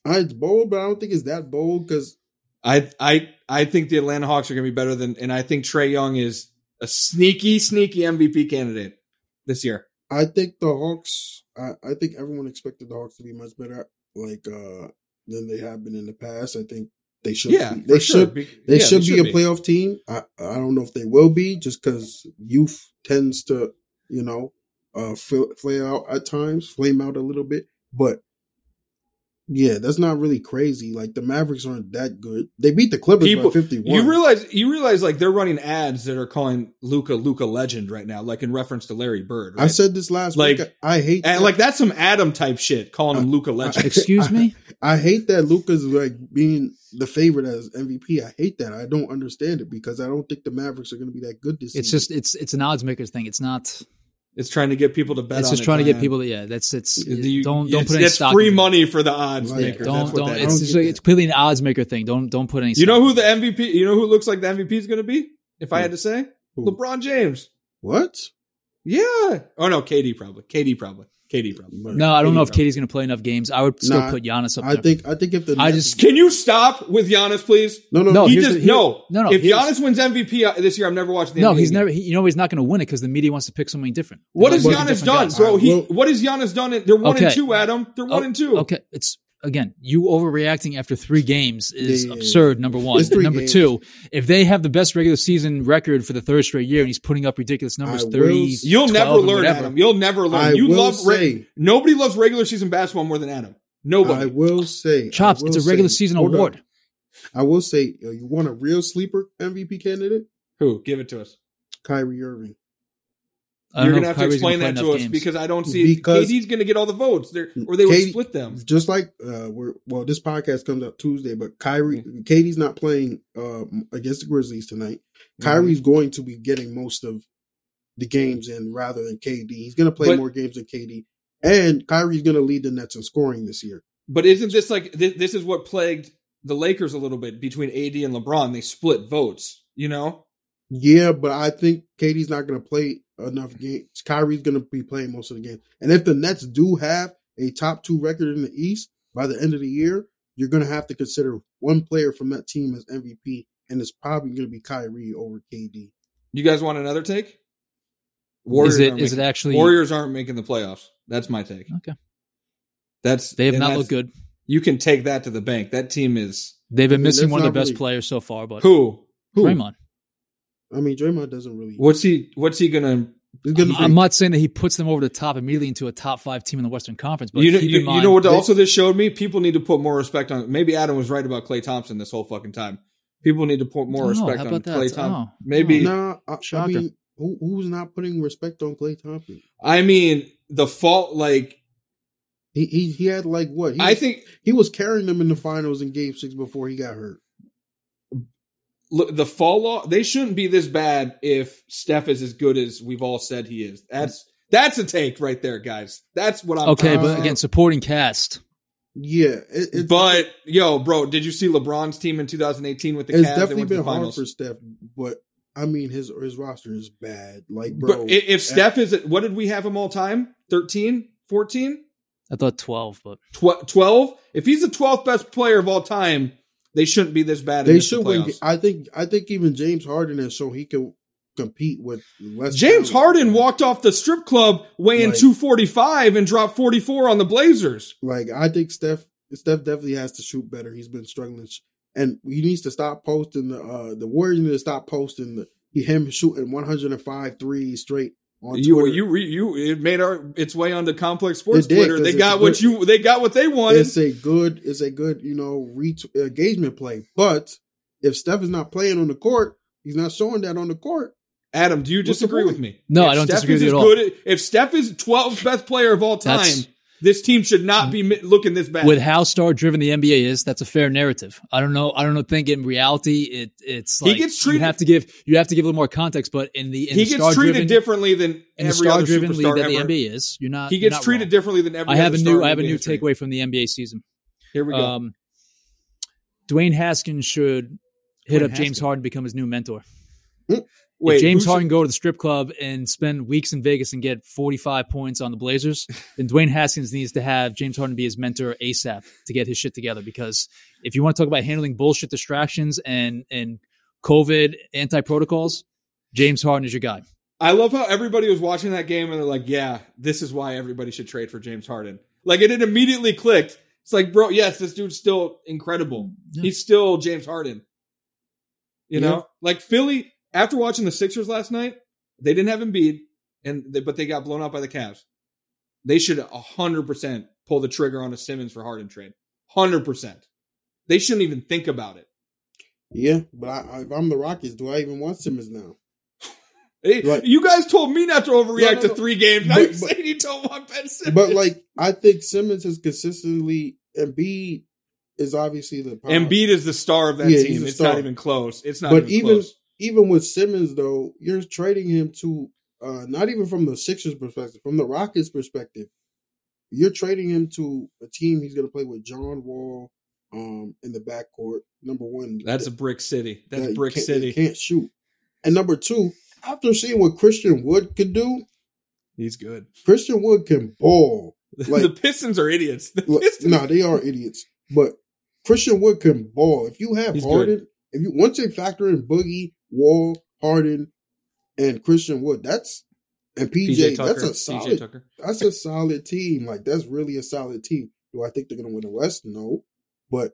C: I, it's bold, but I don't think it's that bold because
B: I I I think the Atlanta Hawks are going to be better than, and I think Trey Young is a sneaky, sneaky MVP candidate this year.
C: I think the Hawks. I, I think everyone expected the Hawks to be much better, like uh than they have been in the past. I think they should.
B: Yeah,
C: be-
B: for
C: they
B: sure.
C: should.
B: Be-
C: They
B: yeah,
C: should be a playoff team. I I don't know if they will be, just because youth tends to you know uh fl- flare out at times, flame out a little bit. But yeah, that's not really crazy. Like the Mavericks aren't that good. They beat the Clippers
B: People-
C: by fifty one.
B: You realize you realize like they're running ads that are calling Luca Luca legend right now, like in reference to Larry Bird. Right?
C: I said this last
B: Like-
C: week. I hate
B: and
C: that.
B: like that's some Adam type shit, calling
C: Uh,
B: him Luca legend.
D: Excuse me?
C: I hate that Luca's like being the favorite as MVP. I hate that. I don't understand it because I don't think the Mavericks are going to be that good this
D: It's
C: season.
D: just, it's it's an odds makers thing. It's not,
B: It's trying to get people to bet.
D: it's
B: on
D: just
B: it,
D: trying to get
B: Zion.
D: people to, yeah, that's, it's,
B: Do you-
D: don't, don't
B: it's,
D: put any
B: it's
D: stock
B: free
D: in it.
B: money for the odds
C: Right.
B: maker. That's
D: Don't,
B: what
D: don't,
B: that
D: it's,
C: don't
B: is.
D: just
C: get
D: like,
C: that.
D: it's clearly an odds maker thing. Don't, don't put any
B: You know
D: stock
B: who
D: in
B: the
D: it.
B: MVP? You know who looks like the MVP is going to be? If I
C: Who?
B: had to say,
C: Who?
B: LeBron James.
C: what?
B: Yeah. Oh no, KD probably. KD probably. KD probably.
D: No, I don't know if
B: probably.
D: Katie's going to play enough games. I would still
C: Nah,
D: put Giannis up
C: I
D: there.
C: think I think if the
D: I just-
B: Can you stop with Giannis, please?
C: no no,
D: No,
B: he
D: here's
B: just
D: the- here-
B: no.
D: no, no,
B: If
D: here's-
B: Giannis wins MVP uh, this year, I'm never watching the.
D: No,
B: NBA
D: he's
B: again.
D: never. He, you know he's not going to win it because the media wants to pick something different. They
B: What
D: want
B: has
D: to pick
B: Giannis
D: different
B: done,
D: guys.
B: bro? He
C: Well-
B: what has Giannis done? They're one and
D: Okay.
B: two, Adam. They're one
D: Oh,
B: and two.
D: Okay, it's again you overreacting after three games is
C: Yeah, yeah, yeah.
D: absurd. Number one,
C: It's three
D: number
C: games.
D: two, if they have the best regular season record for the third straight year and he's putting up ridiculous numbers,
C: I will
D: thirty,
C: s-
B: You'll never
D: 12 and
B: learn,
D: whatever.
B: Adam. You'll never learn.
C: I
B: you
C: will
B: love re-
C: say-
B: nobody loves regular season basketball more than Adam. Nobody.
C: I will say, I
D: Chops,
C: will
D: it's a regular
C: say-
D: season
C: hold
D: award.
C: up. I will say, uh, you want a real sleeper MVP candidate?
B: Who? Give it to us.
C: Kyrie Irving.
D: I
B: You're gonna
D: don't know
B: have
D: if
B: to
D: Kyrie's gonna
B: explain
D: play
B: that
D: enough
B: to us
D: games.
B: because I don't see
C: Because-
B: KD's gonna get all the votes. There or they would
C: KD
B: split them.
C: Just like uh, we're well, this podcast comes out Tuesday, but Kyrie,
B: Mm-hmm.
C: Katie's not playing uh, against the Grizzlies tonight.
B: Mm-hmm.
C: Kyrie's going to be getting most of the games in rather than KD. He's going to play
B: But-
C: more games than KD, and Kyrie's going to lead the Nets in scoring this year.
B: But isn't this like this, this is what plagued the Lakers a little bit between AD and LeBron? They split votes, you know?
C: Yeah, but I think KD's not going to play enough games. Kyrie's going to be playing most of the games. And if the Nets do have a top two record in the East by the end of the year, you're going to have to consider one player from that team as MVP, and it's probably going to be Kyrie over KD.
B: You guys want another take?
D: Is it
B: aren't
D: is it
B: making-
D: actually
B: Warriors aren't making the playoffs. That's my take.
D: Okay.
B: That's
D: They have
B: and
D: not
B: that's-
D: looked good.
B: You can take that to the bank. That team is
D: They've been
C: mean,
D: missing
C: that's
D: one of their
C: not
D: best
C: really-
D: players so far, but
B: who? Who?
D: Draymond.
C: I mean, Draymond doesn't really.
B: What's he? What's he gonna?
C: He's
D: I'm,
C: gonna
D: I'm
C: be-
D: not saying that he puts them over the top immediately into a top five team in the Western Conference, but
B: you know,
D: keep
B: you,
D: in mind,
B: you know what?
C: they-
B: also, this showed me people need to put more respect on. Maybe Adam was right about Clay Thompson this whole fucking time. People need to put more
D: Oh,
B: respect
D: how
B: on
D: about that?
B: Clay Thompson.
D: Oh,
B: Maybe
C: nah, I, I
D: Shocker.
C: mean, who, who's not putting respect on Clay Thompson?
B: I mean the fault. Like
C: He he, he had like what? He,
B: I think
C: he was carrying them in the finals in Game Six before he got hurt.
B: look, the fall off. They shouldn't be this bad if Steph is as good as we've all said he is. That's that's a take right there, guys. That's what I'm.
D: okay,
C: Uh,
D: but again, supporting cast.
C: Yeah, it, it's
B: But yo, bro, did you see LeBron's team in 2018 with the Cavs?
C: it's
B: They
C: definitely
B: went to the
C: been hard
B: finals.
C: for Steph, but I mean his his roster is bad. Like, bro, eh,
B: But i- if Steph is at what did we have him all time? 13, 14,
D: I thought twelve, but
B: Tw- 12? If he's the 12th best player of all time, they shouldn't be this bad.
C: they
B: against the
C: should win.
B: playoffs.
C: I think I think even James Harden has shown he can compete with less.
B: James
C: talent.
B: Harden walked off the strip club weighing
C: Like-
B: 245 and dropped 44 on the Blazers.
C: Like, I think Steph Steph definitely has to shoot better. He's been struggling, sh- and he needs to stop posting the uh the Warriors need to stop posting the him shooting 105 threes straight on
B: You,
C: Twitter.
B: you, re- you, it made our its way onto Complex Sports
C: It did,
B: Twitter.
C: 'cause
B: They
C: it's
B: got what
C: good-
B: you, they got what they wanted.
C: it's a good it's a good you know reach engagement play. But if Steph is not playing on the court, he's not showing that on the court.
B: Adam, do you
C: What's the
B: disagree
C: point?
B: with me?
D: No, I don't
B: Steph
D: disagree
B: is
D: with you
B: as
D: at all.
B: good- if Steph is 12th best player of all time,
D: That's-
B: this team should not be mi- looking this bad.
D: with how star driven the NBA is, that's a fair narrative. I don't know. I don't know. Think in reality, it it's
B: He
D: like
B: gets
D: you
B: treated-
D: have to give you have to give a little more context. But in the in
B: he
D: the
B: gets
D: star
B: treated
D: driven,
B: differently than
D: in the
B: every
D: star
B: other
D: driven league
B: superstar
D: that the
B: ever.
D: NBA is. You're not.
B: He
D: you're
B: gets
D: not
B: treated
D: wrong.
B: differently than every.
D: I have
B: other
D: a
B: star
D: new
B: in
D: I have a
B: NBA
D: new
B: history.
D: takeaway from the NBA season.
B: Here we go.
D: Um, Dwayne Haskins should hit
B: Dwayne
D: up James
B: Haskins.
D: Harden to become his new mentor.
B: Wait,
D: if James
B: who should-
D: Harden go to the strip club and spend weeks in Vegas and get 45 points on the Blazers, then Dwayne Haskins needs to have James Harden be his mentor ASAP to get his shit together. Because if you want to talk about handling bullshit distractions and and COVID anti protocols, James Harden is your guy.
B: I love how everybody was watching that game and they're like, "Yeah, this is why everybody should trade for James Harden." Like it, it immediately clicked. It's like, bro, yes, this dude's still incredible.
D: Yeah.
B: He's still James Harden. You know,
C: Yeah.
B: like Philly. After watching the Sixers last night, they didn't have Embiid, and they, but they got blown out by the Cavs. They should hundred percent pull the trigger on a Simmons for Harden trade. Hundred percent. They shouldn't even think about it.
C: Yeah, but I, I, if I'm the Rockets, do I even want Simmons now?
B: Hey,
C: Right.
B: You guys told me not to overreact
C: No, no,
B: to
C: no.
B: three games. Now
C: But-
B: you're
C: but-
B: saying you don't want Ben Simmons.
C: But like, I think Simmons has consistently Embiid is obviously the power.
B: Embiid is the star of that
C: Yeah, he's
B: team.
C: a
B: It's
C: star.
B: not even close. It's not
C: But
B: even
C: even-
B: close.
C: Even with Simmons though, you're trading him to uh, not even from the Sixers perspective, from the Rockets perspective. You're trading him to a team he's going to play with John Wall um, in the backcourt. Number one,
B: That's a brick city. That's
C: that
B: brick
C: can't-
B: city.
C: Can't shoot. And number two, after seeing what Christian Wood could do,
B: He's good.
C: Christian Wood can ball. Like-
B: the Pistons are idiots. The
C: Look,
B: Pistons.
C: nah, they are idiots. But Christian Wood can ball. If you have
B: He's
C: Harden, if you once they factor in Boogie, Wall, Harden, and Christian Wood, that's and PJ, that's a
B: PJ
C: solid
B: Tucker.
C: that's a solid team. Like that's really a solid team. Do I think they're gonna win the West? No. But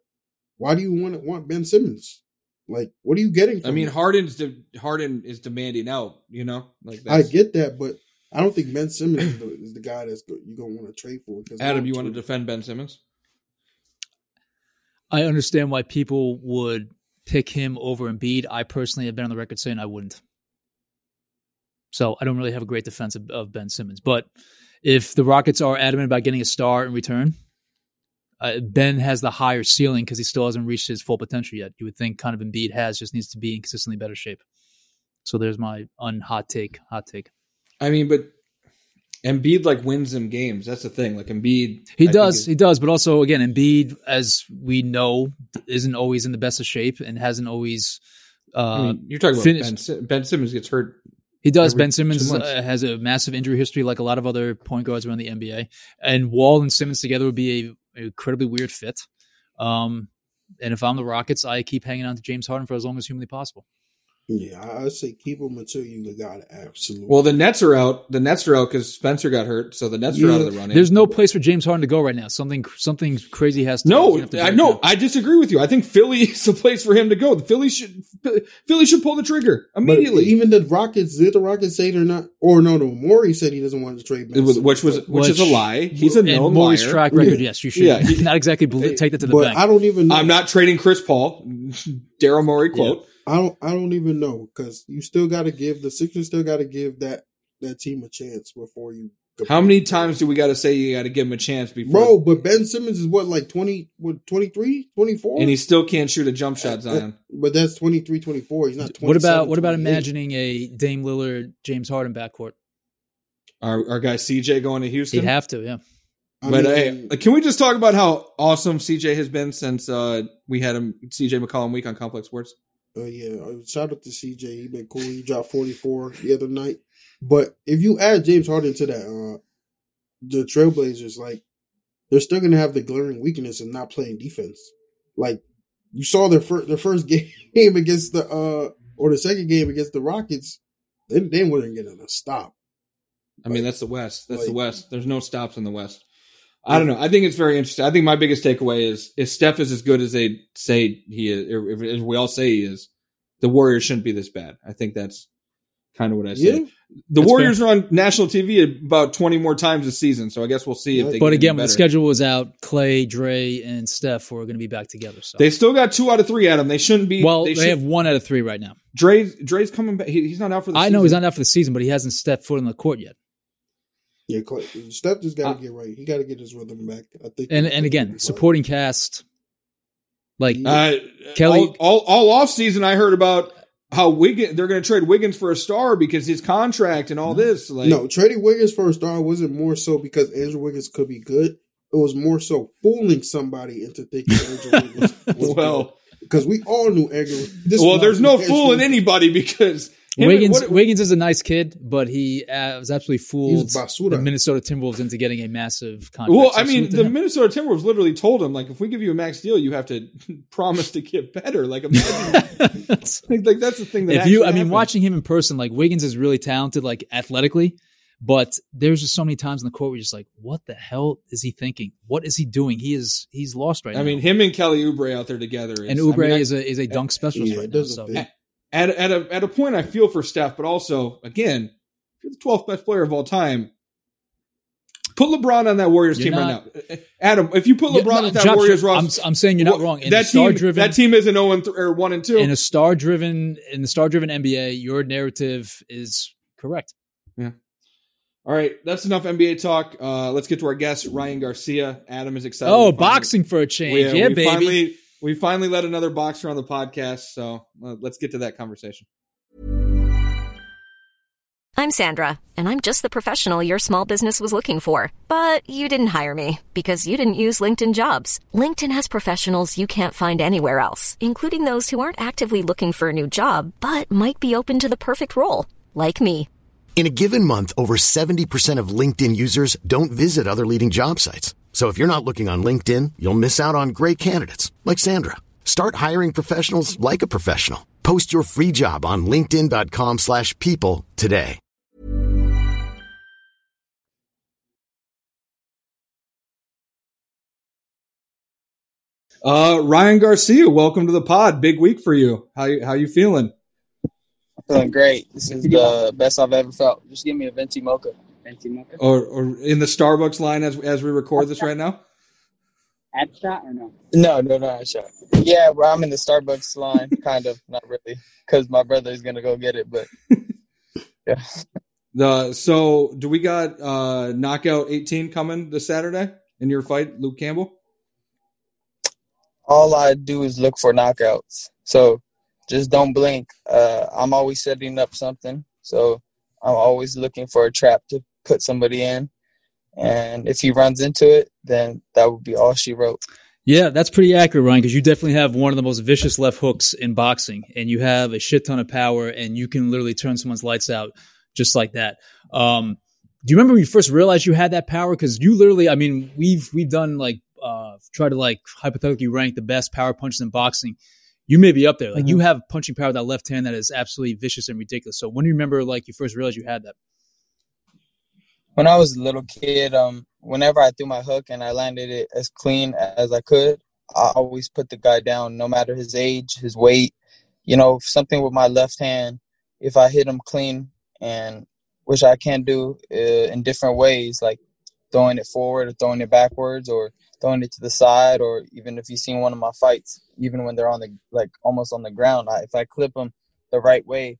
C: why do you want to want Ben Simmons? Like, what are you getting
B: I
C: from
B: mean,
C: him?
B: Harden's de- Harden is demanding out. You know, like
C: I
B: that's,
C: get that, but I don't think Ben Simmons is the, is the guy that's go, you're gonna want to trade for. 'cause
B: Adam. You
C: long-term-
B: want to defend Ben Simmons?
D: I understand why people would pick him over Embiid. I personally have been on the record saying I wouldn't. So I don't really have a great defense of, of Ben Simmons. But if the Rockets are adamant about getting a star in return, uh, Ben has the higher ceiling because he still hasn't reached his full potential yet. You would think kind of Embiid has, just needs to be in consistently better shape. So there's my unhot take. Hot take.
B: I mean, but Embiid like wins them games. That's the thing. Like Embiid,
D: He
B: I
D: does,
B: think,
D: he does, but also again, Embiid, as we know, isn't always in the best of shape and hasn't always.
B: is-
D: Uh,
B: I mean, you're talking about
D: finish-
B: ben, Sim- ben Simmons gets hurt.
D: he does.
B: every
D: Ben Simmons
B: two months.
D: uh, has a massive injury history, like a lot of other point guards around the NBA. And Wall and Simmons together would be a, a incredibly weird fit. Um, and if I'm the Rockets, I keep hanging on to James Harden for as long as humanly possible.
C: Yeah, I I'd say keep him until you got an absolute.
B: Well, the Nets are out. The Nets are out because Spencer got hurt, so the Nets are out of the running.
D: There's no place for James Harden to go right now. Something, something crazy has to. he's gonna
B: no,
D: have to
B: I
D: break
B: no,
D: down.
B: I disagree with you. I think Philly is the place for him to go. The Philly should Philly should pull the trigger
C: But
B: immediately.
C: even the Rockets did the Rockets say they're not, or no, no, Maury said he doesn't want to trade. Ben
B: It was-
C: Simmons,
B: which was
C: but-
B: which, is a lie. He's a
D: And
B: known
D: Maury's
B: liar.
D: track record. Yes, you should
B: Yeah, he-
D: not exactly believe, take that to the
C: but
D: bank.
C: I don't even. Know,
B: I'm not trading Chris Paul. Daryl Morey quote.
C: I don't. I don't even know because you still got to give the Sixers still got to give that that team a chance before you.
B: How many times do we got to say you got to give him a chance before?
C: Bro, but Ben Simmons is what like 20 what 23, 24?
B: and he still can't shoot a jump shot, Zion.
C: But that's 23 24. He's not 27,
D: What about what about
C: 28.
D: imagining a Dame Lillard James Harden backcourt?
B: Our, our guy CJ going to Houston.
D: He'd have to, yeah.
C: I
B: but
C: mean,
B: hey, can we just talk about how awesome CJ has been since uh, we had him CJ McCollum week on Complex Sports?
C: Uh, yeah, uh, shout out to CJ. He been cool. He dropped forty four the other night. But if you add James Harden to that, uh, the Trailblazers like they're still gonna have the glaring weakness of not playing defense. Like you saw their first their first game against the uh or the second game against the Rockets, they they weren't getting a stop.
B: I mean, that's the West. That's the
C: Like-
B: West. There's no stops in the West. I don't know. I think it's very interesting. I think my biggest takeaway is if Steph is as good as they say he is, or if- as we all say he is, the Warriors shouldn't be this bad. I think that's kind of what I say.
C: Yeah,
B: The
D: That's
B: Warriors are on national TV about 20 more times this season, so I guess we'll see if
C: Yeah.
B: they.
D: But
B: get
D: again,
B: any
D: when the
B: better.
D: schedule was out, Clay, Dre, and Steph were going to be back together. So
B: they still got two out of three at him. They shouldn't be.
D: well,
B: they,
D: they,
B: should,
D: have one out of three right now.
B: Dre's Dre's coming back. He, he's not out for the.
D: I know he's
B: season.
D: not out for the season, but he hasn't stepped foot on the court yet.
C: yeah. Clay, Steph just gotta
B: Uh,
C: get right. He gotta get his rhythm back. I think.
D: And and again, supporting cast, like
C: Yeah.
B: Uh,
D: Kelly-
B: all, all all off season, I heard about how Wiggins they're going to trade Wiggins for a star because his contract and all this. Like,
C: no, trading Wiggins for a star wasn't more so because Andrew Wiggins could be good. It was more so fooling somebody into thinking Andrew Wiggins was
B: well,
C: because we all knew Andrew. This
B: well, there's no
C: fool
B: fooling anybody because him and-
D: Wiggins.
B: what-
D: Wiggins is a nice kid, but he uh, was absolutely fooled
C: He's basura.
D: the Minnesota Timberwolves into getting a massive contract.
B: Well,
D: So
B: I mean,
D: salute to
B: the
D: him.
B: Minnesota Timberwolves literally told him, like, if we give you a max deal, you have to promise to get better. Like, imagine, like, like, that's the thing. That
D: if you,
B: actually
D: I mean,
B: happened.
D: watching him in person, like Wiggins is really talented, like athletically, but there's just so many times in the court where you're just like, what the hell is he thinking? What is he doing? He is he's lost right
B: I
D: now.
B: mean, him and Kelly Oubre out there together. Is,
D: and Oubre
B: I mean, I-
D: is a is a dunk specialist
C: yeah,
D: right
C: it
D: now.
C: does
D: So
C: affect-
B: at at a at a point I feel for Steph, but also again, if you're the 12th best player of all time. Put LeBron on that Warriors
D: You're
B: team
D: not-
B: right now, Adam. If you put
D: Yeah,
B: LeBron
D: no,
B: on that
D: Josh,
B: Warriors
D: I'm,
B: roster,
D: I'm saying you're not wrong. In
B: that
D: a star
B: team,
D: driven,
B: that team isn't 0 and th- or 1 and 2.
D: in a star driven in the star driven NBA, your narrative is correct.
B: all right, that's enough NBA talk. Uh, let's get to our guest, Ryan Garcia. Adam is excited.
D: Oh,
B: We finally-
D: boxing for a
B: We,
D: change,
B: uh,
D: yeah,
B: we
D: baby.
B: Finally, we finally let another boxer on the podcast, so uh, let's get to that conversation.
E: I'm Sandra, and I'm just the professional your small business was looking for. But you didn't hire me because you didn't use LinkedIn jobs. LinkedIn has professionals you can't find anywhere else, including those who aren't actively looking for a new job but might be open to the perfect role, like me.
F: In a given month, over 70% of LinkedIn users don't visit other leading job sites. So if you're not looking on LinkedIn, you'll miss out on great candidates like Sandra. Start hiring professionals like a professional. Post your free job on linkedin.com/people slash people today.
B: Uh, Ryan Garcia, welcome to the pod. Big week for you. How you, how you feeling?
A: Feeling great. This is the best I've ever felt. Just give me a venti mocha. Venti mocha.
B: or, or in the Starbucks line as as we record this right now.
G: at shot or no?
A: No, no, no, I shot. Yeah, bro, I'm in the Starbucks line, kind of, not really, because my brother's gonna go get it. But yeah,
B: The so do we got uh knockout 18 coming this Saturday in your fight, Luke Campbell?
A: all I do is look for knockouts. So just don't blink. Uh, I'm always setting up something. So I'm always looking for a trap to put somebody in. And if he runs into it, then that would be all she wrote.
D: Yeah, that's pretty accurate, Ryan, because you definitely have one of the most vicious left hooks in boxing, and you have a shit ton of power, and you can literally turn someone's lights out just like that. Um, do you remember when you first realized you had that power? Because you literally, I mean, we've we've done like uh, try to like hypothetically rank the best power punches in boxing. You may be up there. Like you have punching power with that left hand that is absolutely vicious and ridiculous. So when do you remember like you first realized you had that?
A: When I was a little kid, um, whenever I threw my hook and I landed it as clean as I could, I always put the guy down, no matter his age, his weight. You know, something with my left hand, if I hit him clean, and which I can do uh, in different ways, like throwing it forward or throwing it backwards or throwing it to the side, or even if you've seen one of my fights, even when they're on the like almost on the ground, I, if I clip them the right way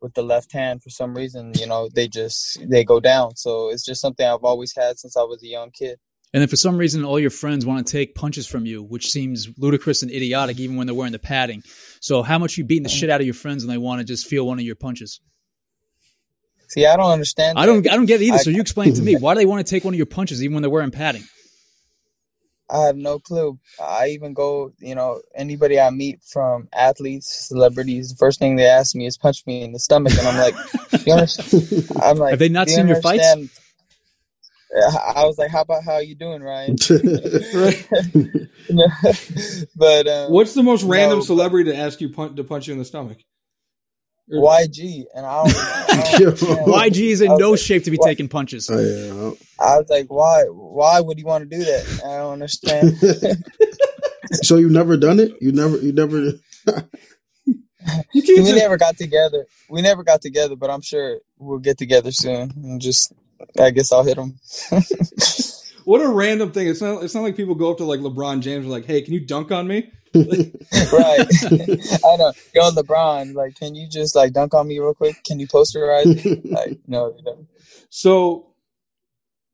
A: with the left hand, for some reason, you know, they just they go down. So it's just something I've always had since I was a young kid.
D: And then for some reason, all your friends want to take punches from you, which seems ludicrous and idiotic, even when they're wearing the padding. So, how much you beating the shit out of your friends when they want to just feel one of your punches?
A: See, I don't understand.
D: I don't,
A: that.
D: I don't get it either.
A: I-
D: so, you explain to me why do they want to take one of your punches even when they're wearing padding?
A: I have no clue. I even go, you know, anybody I meet from athletes, celebrities, the first thing they ask me is punch me in the stomach, and I'm like, you understand? I'm like,
D: Have they not
A: "Do you
D: seen your fights?"
A: understand?" I I was like, how about how you doing, Ryan? but um,
B: What's the most
A: No,
B: random
A: but-
B: celebrity to ask you pun- to punch you in the stomach?
A: YG? And I, don't, I,
C: Yo.
A: don't, understand.
D: YG is in
A: I was
D: no
A: like,
D: shape to be
A: why-
D: taking punches.
C: Oh, yeah.
A: I was like, why? Why would he want to do that? I don't understand.
C: So you never done it? You never, you never.
B: You can't
A: we
B: just-
A: never got together. We never got together, but I'm sure we'll get together soon. And just, I guess I'll hit him.
B: what a random thing. It's not it's not like people go up to like LeBron James and like, hey, can you dunk on me?
A: right. I know. Yo, LeBron, like, can you just like dunk on me real quick? Can you posterize? like, no, you know.
B: So,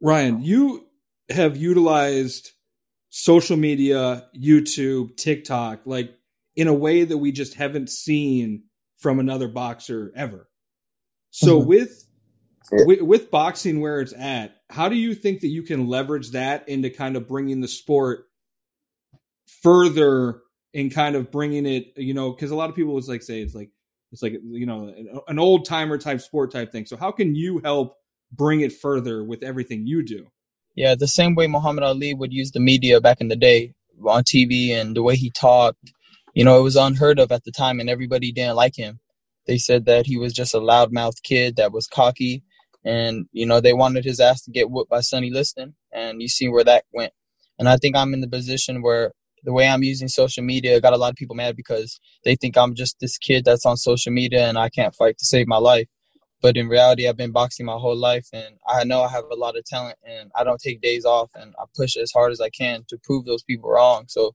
B: Ryan, you have utilized social media, YouTube, TikTok, like in a way that we just haven't seen from another boxer ever. So
A: Mhm.
B: with,
A: Yeah.
B: with with boxing where it's at, how do you think that you can leverage that into kind of bringing the sport further and kind of bringing it, you know, because a lot of people was like say it's like it's like you know an, an old timer type sport type thing. So how can you help bring it further with everything you do?
A: Yeah, the same way Muhammad Ali would use the media back in the day on TV and the way he talked, you know, it was unheard of at the time and everybody didn't like him. They said that he was just a loudmouth kid that was cocky and, you know, they wanted his ass to get whooped by Sonny Liston and you see where that went. And I think I'm in the position where the way I'm using social media got a lot of people mad because they think I'm just this kid that's on social media and I can't fight to save my life but in reality i've been boxing my whole life and i know i have a lot of talent and i don't take days off and i push as hard as i can to prove those people wrong so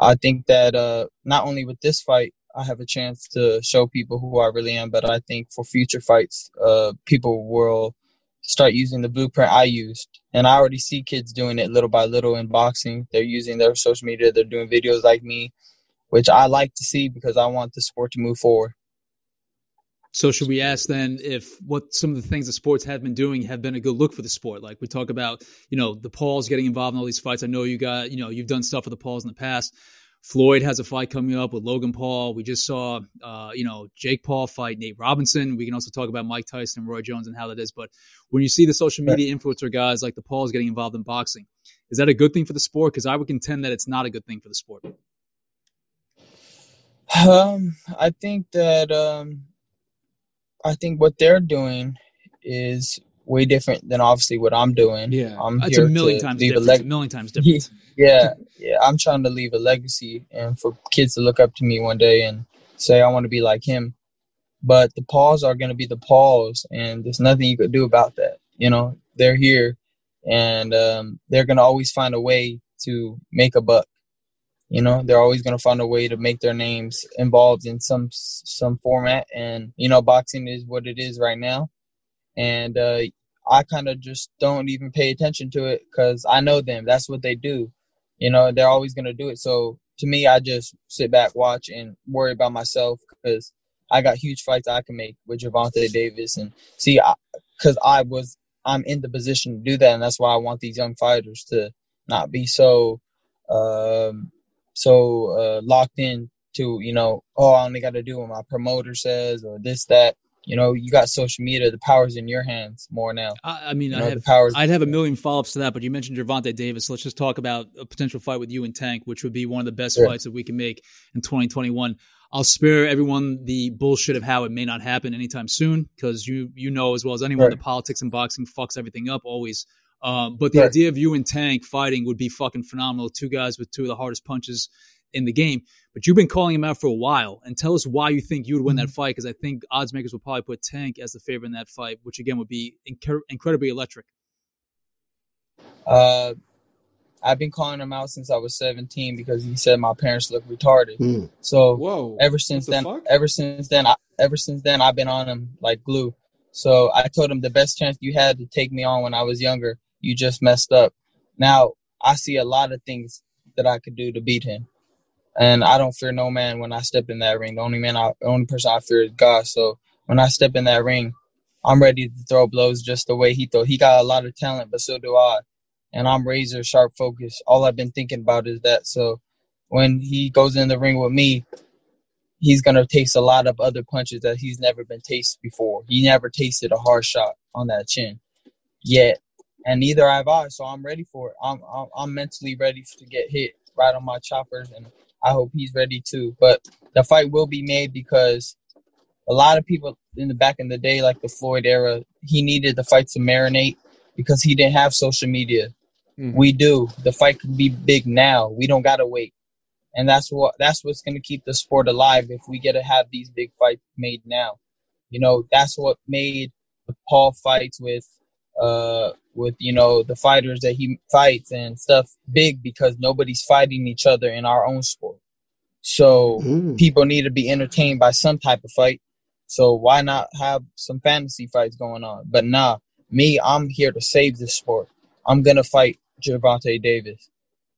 A: i think that uh, not only with this fight i have a chance to show people who i really am but i think for future fights uh, people will start using the blueprint i used and i already see kids doing it little by little in boxing they're using their social media they're doing videos like me which i like to see because i want the sport to move forward
D: So should we ask then if what some of the things the sports have been doing have been a good look for the sport? Like we talk about, you know, the Pauls getting involved in all these fights. I know you got, you know, you've done stuff with the Pauls in the past. Floyd has a fight coming up with Logan Paul. We just saw, uh, you know, Jake Paul fight Nate Robinson. We can also talk about Mike Tyson and Roy Jones and how that is. But when you see the social media influencer guys like the Pauls getting involved in boxing, is that a good thing for the sport? Because I would contend that it's not a good thing for the sport.
A: Um, I think that um, I think what they're doing is way different than obviously what I'm doing.
B: Yeah.
A: I'm
D: It's a
A: here
D: million
A: to
D: times
A: leave a
D: different.
A: leg-
D: a million times different.
A: yeah, yeah. I'm trying to leave a legacy and for kids to look up to me one day and say, I want to be like him. But the paws are going to be the paws, and there's nothing you could do about that. You know, they're here and um, they're going to always find a way to make a buck. You know, they're always going to find a way to make their names involved in some some format. And you know, boxing is what it is right now. And uh, I kind of just don't even pay attention to it because I know them. That's what they do. You know, they're always going to do it. So to me, I just sit back, watch, and worry about myself because I got huge fights I can make with Javante Davis. And see, because I, I was, I'm in the position to do that. And that's why I want these young fighters to not be so, um, so uh, locked in to, you know, oh, I only got to do what my promoter says or this, that you know, you got social media. The power's in your hands more now.
D: I, mean, you know, I have, powers. I'd have a million follow-ups to that, but you mentioned Javante Davis. Let's just talk about a potential fight with you and Tank, which would be one of the best yeah. fights that we can make in 2021. I'll spare everyone the bullshit of how it may not happen anytime soon, because you you know as well as anyone right. that politics and boxing fucks everything up always. Um, but the right. idea of you and Tank fighting would be fucking phenomenal. Two guys with two of the hardest punches in the game. But you've been calling him out for a while, and tell us why you think you would win that fight. Because I think odds makers will probably put Tank as the favorite in that fight, which again would be inc- incredibly electric.
A: Uh, I've been calling him out since I was 17 because he said my parents look retarded. Mm. So Whoa, ever since then, fuck? ever since then, I, ever since then, I've been on him like glue. So I told him the best chance you had to take me on when I was younger, you just messed up. Now I see a lot of things that I could do to beat him and I don't fear no man when I step in that ring. The only man, I, the only person I fear is God. So when I step in that ring, I'm ready to throw blows just the way he throw. He got a lot of talent, but so do I, and I'm razor sharp focused. All I've been thinking about is that. So when he goes in the ring with me, he's gonna taste a lot of other punches that he's never been tasted before. He never tasted a hard shot on that chin yet. And neither have I, so I'm ready for it. I'm I'm, I'm mentally ready to get hit right on my choppers, and I hope he's ready too. But the fight will be made because a lot of people in the back in the day, like the Floyd era, he needed the fight to marinate because he didn't have social media. Mm-hmm. We do. The fight can be big now. We don't gotta wait. And that's what that's what's gonna keep the sport alive if we get to have these big fights made now. You know, that's what made the Paul fights with uh with you know the fighters that he fights and stuff big because nobody's fighting each other in our own sport. So
C: Hmm.
A: mm. people need to be entertained by some type of fight. So why not have some fantasy fights going on? But nah, me, I'm here to save this sport. I'm gonna fight Javante Davis.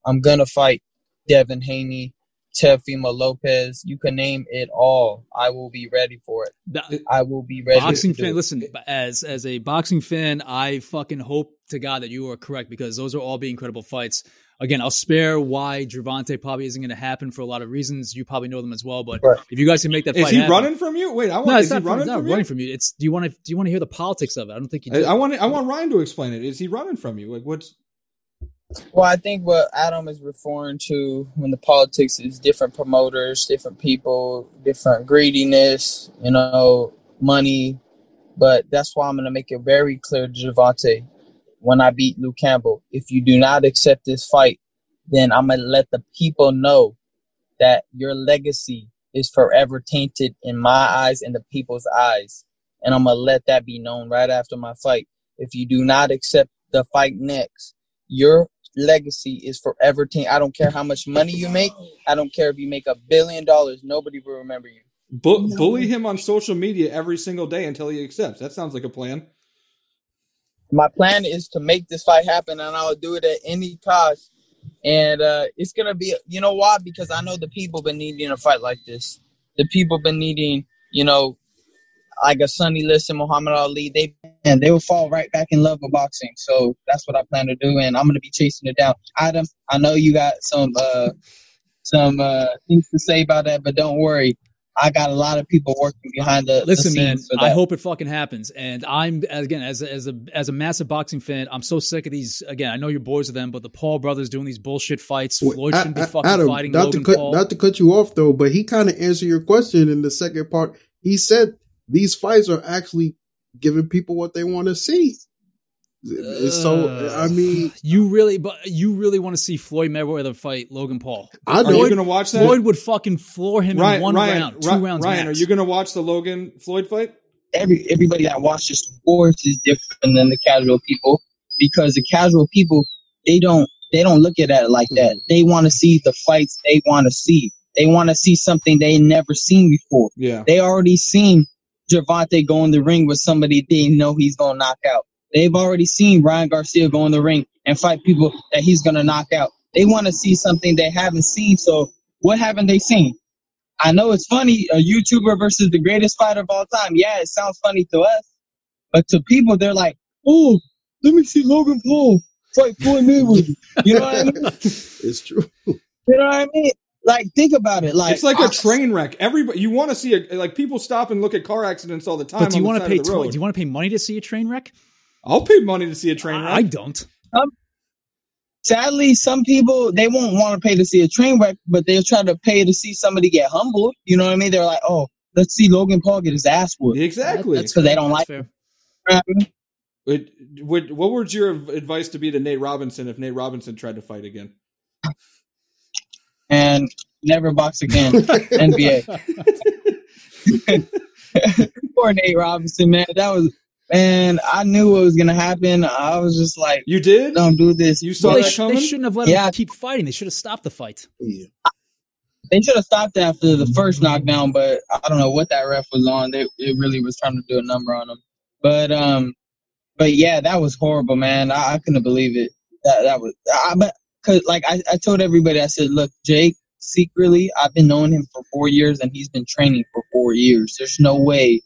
A: I'm gonna fight Devin Haney, Tefima Lopez. You can name it all. I will be ready for it. The, I will be ready.
D: Boxing fan, listen. As as a boxing fan, I fucking hope to God that you are correct because those are all be incredible fights. Again, I'll spare why Javante probably isn't going to happen for a lot of reasons. You probably know them as well. But right. if you guys can make that,
B: is
D: fight
B: he
D: happen,
B: running from you? Wait, I want.
D: No,
B: is he running,
D: running,
B: from,
D: from,
B: you?
D: running from you? It's do you want to do you want to hear the politics of it? I don't think you.
B: I, I want I want Ryan to explain it. Is he running from you? Like what's
A: well, I think what Adam is referring to when the politics is different promoters, different people, different greediness, you know, money. But that's why I'm going to make it very clear to Javante when I beat Luke Campbell. If you do not accept this fight, then I'm going to let the people know that your legacy is forever tainted in my eyes and the people's eyes. And I'm going to let that be known right after my fight. If you do not accept the fight next, your legacy is forever tainted. I don't care how much money you make. I don't care if you make a billion dollars. Nobody will remember you.
B: Bu- no. Bully him on social media every single day until he accepts. That sounds like a plan.
A: My plan is to make this fight happen, and I'll do it at any cost. And uh, it's gonna be, you know why? Because I know the people been needing a fight like this. The people been needing, you know, like a Sonny Liston, Muhammad Ali, they and they will fall right back in love with boxing. So that's what I plan to do, and I'm going to be chasing it down. Adam, I know you got some uh, some uh, things to say about that, but don't worry. I got a lot of people working behind the.
D: Listen,
A: the
D: man. I hope it fucking happens. And I'm again as as a as a massive boxing fan. I'm so sick of these. Again, I know you're boys of them, but the Paul brothers doing these bullshit fights. Wait, Floyd shouldn't I, be fucking Adam, fighting
C: not
D: Logan
C: to cut,
D: Paul.
C: Not to cut you off though, but he kind of answered your question in the second part. He said these fights are actually giving people what they want to see. Uh, so I mean,
D: you really, but you really want to see Floyd Mayweather fight Logan Paul?
B: I know. Are you going to watch that?
D: Floyd would fucking floor him Ryan, in one
B: Ryan,
D: round, two rounds.
B: Ryan,
D: max.
B: are you going to watch the Logan Floyd fight?
A: Every everybody that watches sports is different than the casual people because the casual people they don't They don't look at it like that. They want to see the fights they want to see. They want to see something they never seen before.
B: Yeah.
A: They already seen Javante go in the ring with somebody they know he's gonna knock out. They've already seen Ryan Garcia go in the ring and fight people that he's gonna knock out. They want to see something they haven't seen. So what haven't they seen? I know it's funny, a YouTuber versus the greatest fighter of all time. Yeah, it sounds funny to us, but to people they're like, oh, let me see Logan Paul fight Floyd Mayweather. You know what I mean?
C: It's true.
A: You know what I mean? Like, think about it. Like,
B: it's like
A: I-
B: a train wreck. Everybody, you want to see a, like people stop and look at car accidents all the time.
D: But do you
B: want
D: want
B: to
D: to pay?
B: the road.
D: Tw- do you want to pay money to see a train wreck?
B: I'll pay money to see a train wreck.
D: I don't.
A: sadly, some people they won't want to pay to see a train wreck, but they'll try to pay to see somebody get humbled. You know what I mean? They're like, oh, let's see Logan Paul get his ass whooped.
B: exactly.
D: That- that's
A: So they
D: fair.
A: don't
D: That's
A: like-
D: fair.
B: Would- would- what would your advice to be to Nate Robinson if Nate Robinson tried to fight again?
A: And never box again. NBA. Poor Nate Robinson, man. That was man. I knew what was gonna happen. I was just like,
B: You did.
A: don't do this.
B: You saw
D: Well,
B: that
D: they, sh-
B: coming.
D: they shouldn't have let him
A: Yeah.
D: keep fighting. They should have stopped the fight.
C: Yeah.
A: They should have stopped after the first knockdown, but I don't know what that ref was on. They it really was trying to do a number on him. But um, but yeah, that was horrible, man. I, I couldn't believe it. That that was. I but cause like I, I told everybody, I said, look, Jake, secretly, I've been knowing him for four years, and he's been training for four years. There's no way.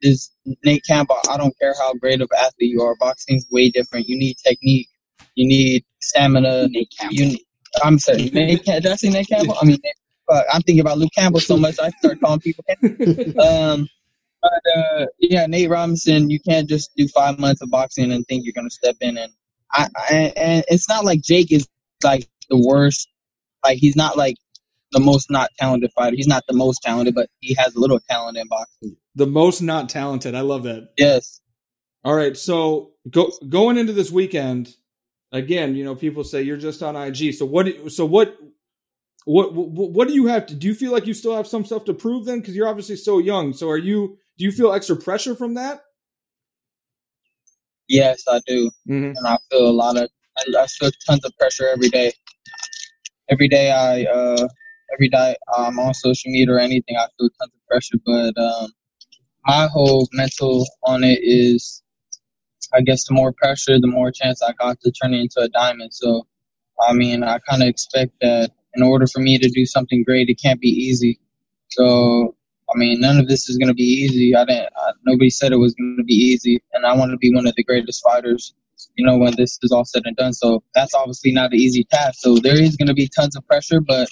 A: This Nate Campbell, I don't care how great of athlete you are. Boxing's way different. You need technique. You need stamina. Nate Campbell. You, need- I'm sorry, Nate. Cam- Did I say Nate Campbell? I mean, fuck, I'm thinking about Luke Campbell so much, I start calling people. um, but uh, yeah, Nate Robinson, you can't just do five months of boxing and think you're gonna step in. And I, I and it's not like Jake is like the worst. Like he's not like the most not talented fighter. He's not the most talented, but he has a little talent in boxing.
B: the most not talented. I love that.
A: Yes.
B: All right, so go, going into this weekend again. You know, people say you're just on IG. So what? do- So what? What? What, what do you have to? Do you feel like you still have some stuff to prove then? Because you're obviously so young. So are you? Do you feel extra pressure from that?
A: Yes, I do.
B: Mm-hmm.
A: and I feel a lot of I, I feel tons of pressure every day. Every day I uh every day I'm on social media or anything I feel tons of pressure, but um my whole mental on it is I guess the more pressure, the more chance I got to turn it into a diamond. So I mean I kinda expect that in order for me to do something great it can't be easy. So I mean, none of this is going to be easy. I didn't. I, nobody said it was going to be easy, and I want to be one of the greatest fighters you know, when this is all said and done. So that's obviously not an easy task. So there is going to be tons of pressure, but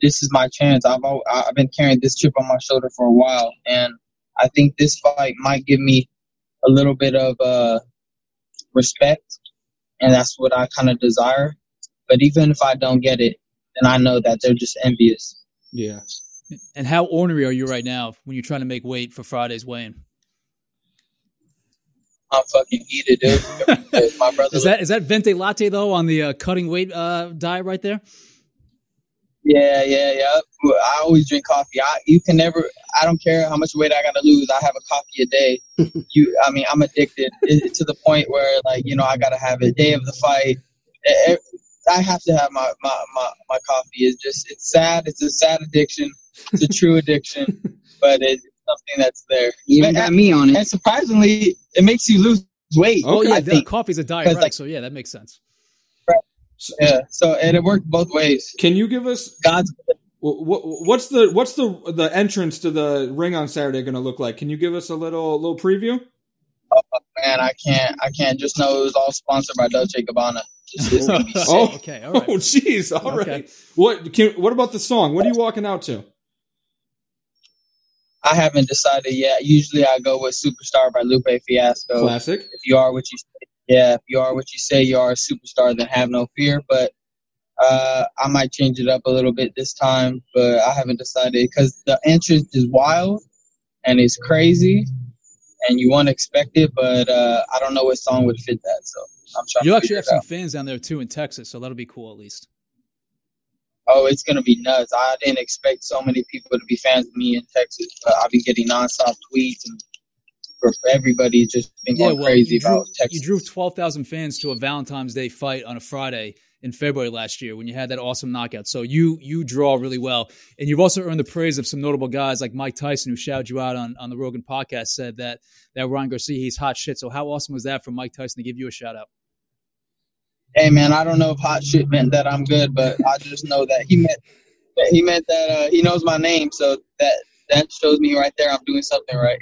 A: this is my chance. I've al- I- I've been carrying this chip on my shoulder for a while, and I think this fight might give me a little bit of uh, respect, and that's what I kind of desire. But even if I don't get it, then I know that they're just envious.
B: Yeah.
D: And how ornery are you right now when you're trying to make weight for Friday's weigh-in?
A: I'm fucking heated, dude. my brother,
D: Is that is that vente latte though on the uh, cutting weight uh, diet right there?
A: Yeah, yeah, yeah. Well, I always drink coffee. I you can never. I don't care how much weight I gotta lose. I have a coffee a day. you, I mean, I'm addicted it, to the point where like you know I gotta have it day of the fight. E- e- I have to have my my my, my coffee. It's just it's sad. It's a sad addiction. It's a true addiction, but it's something that's there.
G: You even got me on it.
A: And surprisingly, it makes you lose weight.
D: Oh
B: Okay.
D: yeah,
A: I
D: the
A: think.
D: coffee's a diet,
A: Because,
D: right?
A: like-
D: so yeah, that makes sense.
A: Yeah. So and it worked both ways.
B: Can you give us
A: God's
B: what, what's the what's the the entrance to the ring on Saturday going to look like? Can you give us a little little preview?
A: man, I can't, I can't. Just know it was all sponsored by Dolce Gabbana. Just, it's gonna be sick.
B: Oh,
D: okay, all right.
B: Oh, jeez. All right.
D: Okay.
B: What can, what about the song? What are you walking out to?
A: I haven't decided yet. Usually, I go with "Superstar" by Lupe Fiasco.
B: Classic.
A: If you are what you say, yeah, if you are what you say, you are a superstar. Then have no fear. But uh, I might change it up a little bit this time. But I haven't decided because the entrance is wild and it's crazy, and you won't expect it. But uh, I don't know what song would fit that. So I'm trying.
D: You
A: to
D: actually
A: figure
D: have
A: it out.
D: some fans down there too in Texas, so that'll be cool at least.
A: Oh, it's gonna be nuts! I didn't expect so many people to be fans of me in Texas. But I've been getting nonstop tweets and for everybody just been going
D: well,
A: crazy
D: you drew,
A: about Texas.
D: You drew twelve thousand fans to a Valentine's Day fight on a Friday in February last year when you had that awesome knockout. So you you draw really well, and you've also earned the praise of some notable guys like Mike Tyson, who shouted you out on on the Rogan podcast, said that that Ron Garcia he's hot shit. So how awesome was that for Mike Tyson to give you a shout out?
A: Hey man, I don't know if hot shit meant that I'm good, but I just know that he meant that he meant that uh, he knows my name, so that that shows me right there I'm doing something right.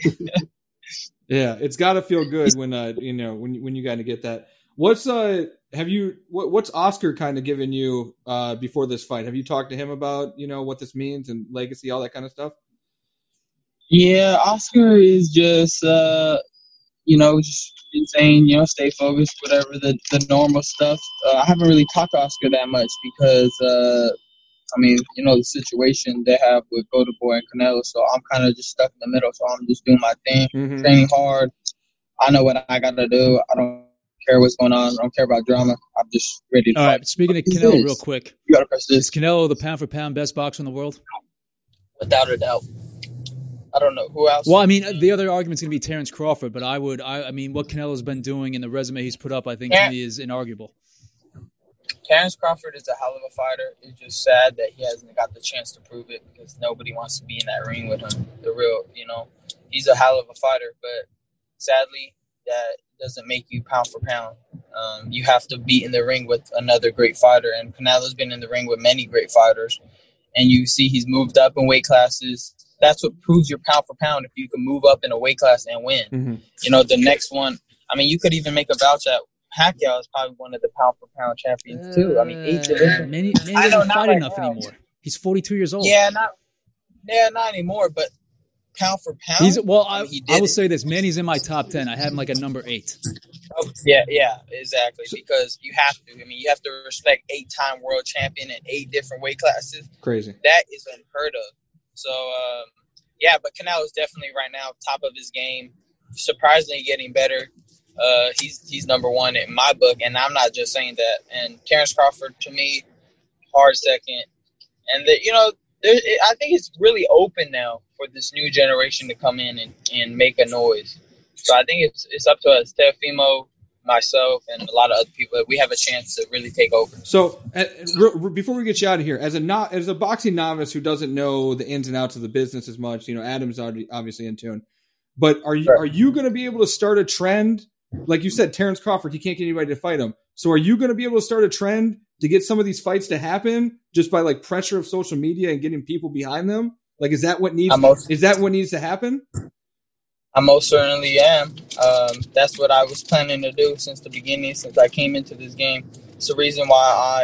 B: Yeah, it's got to feel good when uh you know when when you kind of get that. What's uh have you what, what's Oscar kind of given you uh before this fight? Have you talked to him about you know what this means and legacy, all that kind of stuff?
A: Yeah, Oscar is just uh, you know just insane. You know, stay focused, whatever the the normal stuff. Uh, I haven't really talked to Oscar that much because uh, I mean you know the situation they have with Golden Boy and Canelo, so I'm kind of just stuck in the middle. So I'm just doing my thing,
D: Mm-hmm.
B: Mhm.
A: training hard. I know what I gotta do. I don't care what's going on. I don't care about drama. I'm just ready to
D: All
A: fight.
D: right, speaking of
A: He
D: Canelo,
A: is.
D: real quick,
A: You gotta press this
D: is Canelo the pound for pound best boxer in the world?
A: without a doubt. I don't know who else.
D: Well, I mean, the other argument's going to be Terrence Crawford, but I would, I, I mean, what Canelo's been doing and the resume he's put up, I think,
A: Yeah.
D: is inarguable.
A: Terrence Crawford is a hell of a fighter. It's just sad that he hasn't got the chance to prove it because nobody wants to be in that ring with him. The real, you know, he's a hell of a fighter, but sadly, that doesn't make you pound for pound. Um, you have to be in the ring with another great fighter, and Canelo's been in the ring with many great fighters. And you see, he's moved up in weight classes. That's what proves your pound for pound. If you can move up in a weight class and win,
D: Mm-hmm.
B: Mhm.
A: you know the next one. I mean, you could even make a vouch at Pacquiao is probably one of the pound for pound champions too. I mean, eight to
D: Uh,
A: them.
D: Manny, Manny
A: I know,
D: doesn't
A: not
D: fight
A: right
D: enough
A: now.
D: anymore. He's 42 years old.
A: Yeah, not yeah, not anymore. But pound for pound,
D: He's, well, I,
A: I mean, he did
D: I will
A: it.
D: say this Manny's in my top 10. I have him like a number eight.
A: Oh, yeah, yeah, exactly. Because you have to. I mean, you have to respect eight-time world champion in eight different weight classes.
B: Crazy.
A: That is unheard of. So, um, yeah, but Canelo is definitely right now top of his game. Surprisingly, getting better. Uh, he's he's number one in my book, and I'm not just saying that. And Terrence Crawford to me, hard second. And that you know, there, it, I think it's really open now for this new generation to come in and, and make a noise. So I think it's it's up to us, Tefimo, myself, and a lot of other people. If we have a chance to really take over.
B: So, uh, r- r- before we get you out of here, as a not as a boxing novice who doesn't know the ins and outs of the business as much, you know, Adam's already obviously in tune. But are you
A: Sure.
B: are you going to be able to start a trend? Like you said, Terrence Crawford, he can't get anybody to fight him. So, are you going to be able to start a trend to get some of these fights to happen just by like pressure of social media and getting people behind them? Like, is that what needs?
A: I'm most-
B: is that what needs to happen?
A: I most certainly am. Um, that's what I was planning to do since the beginning, since I came into this game. It's the reason why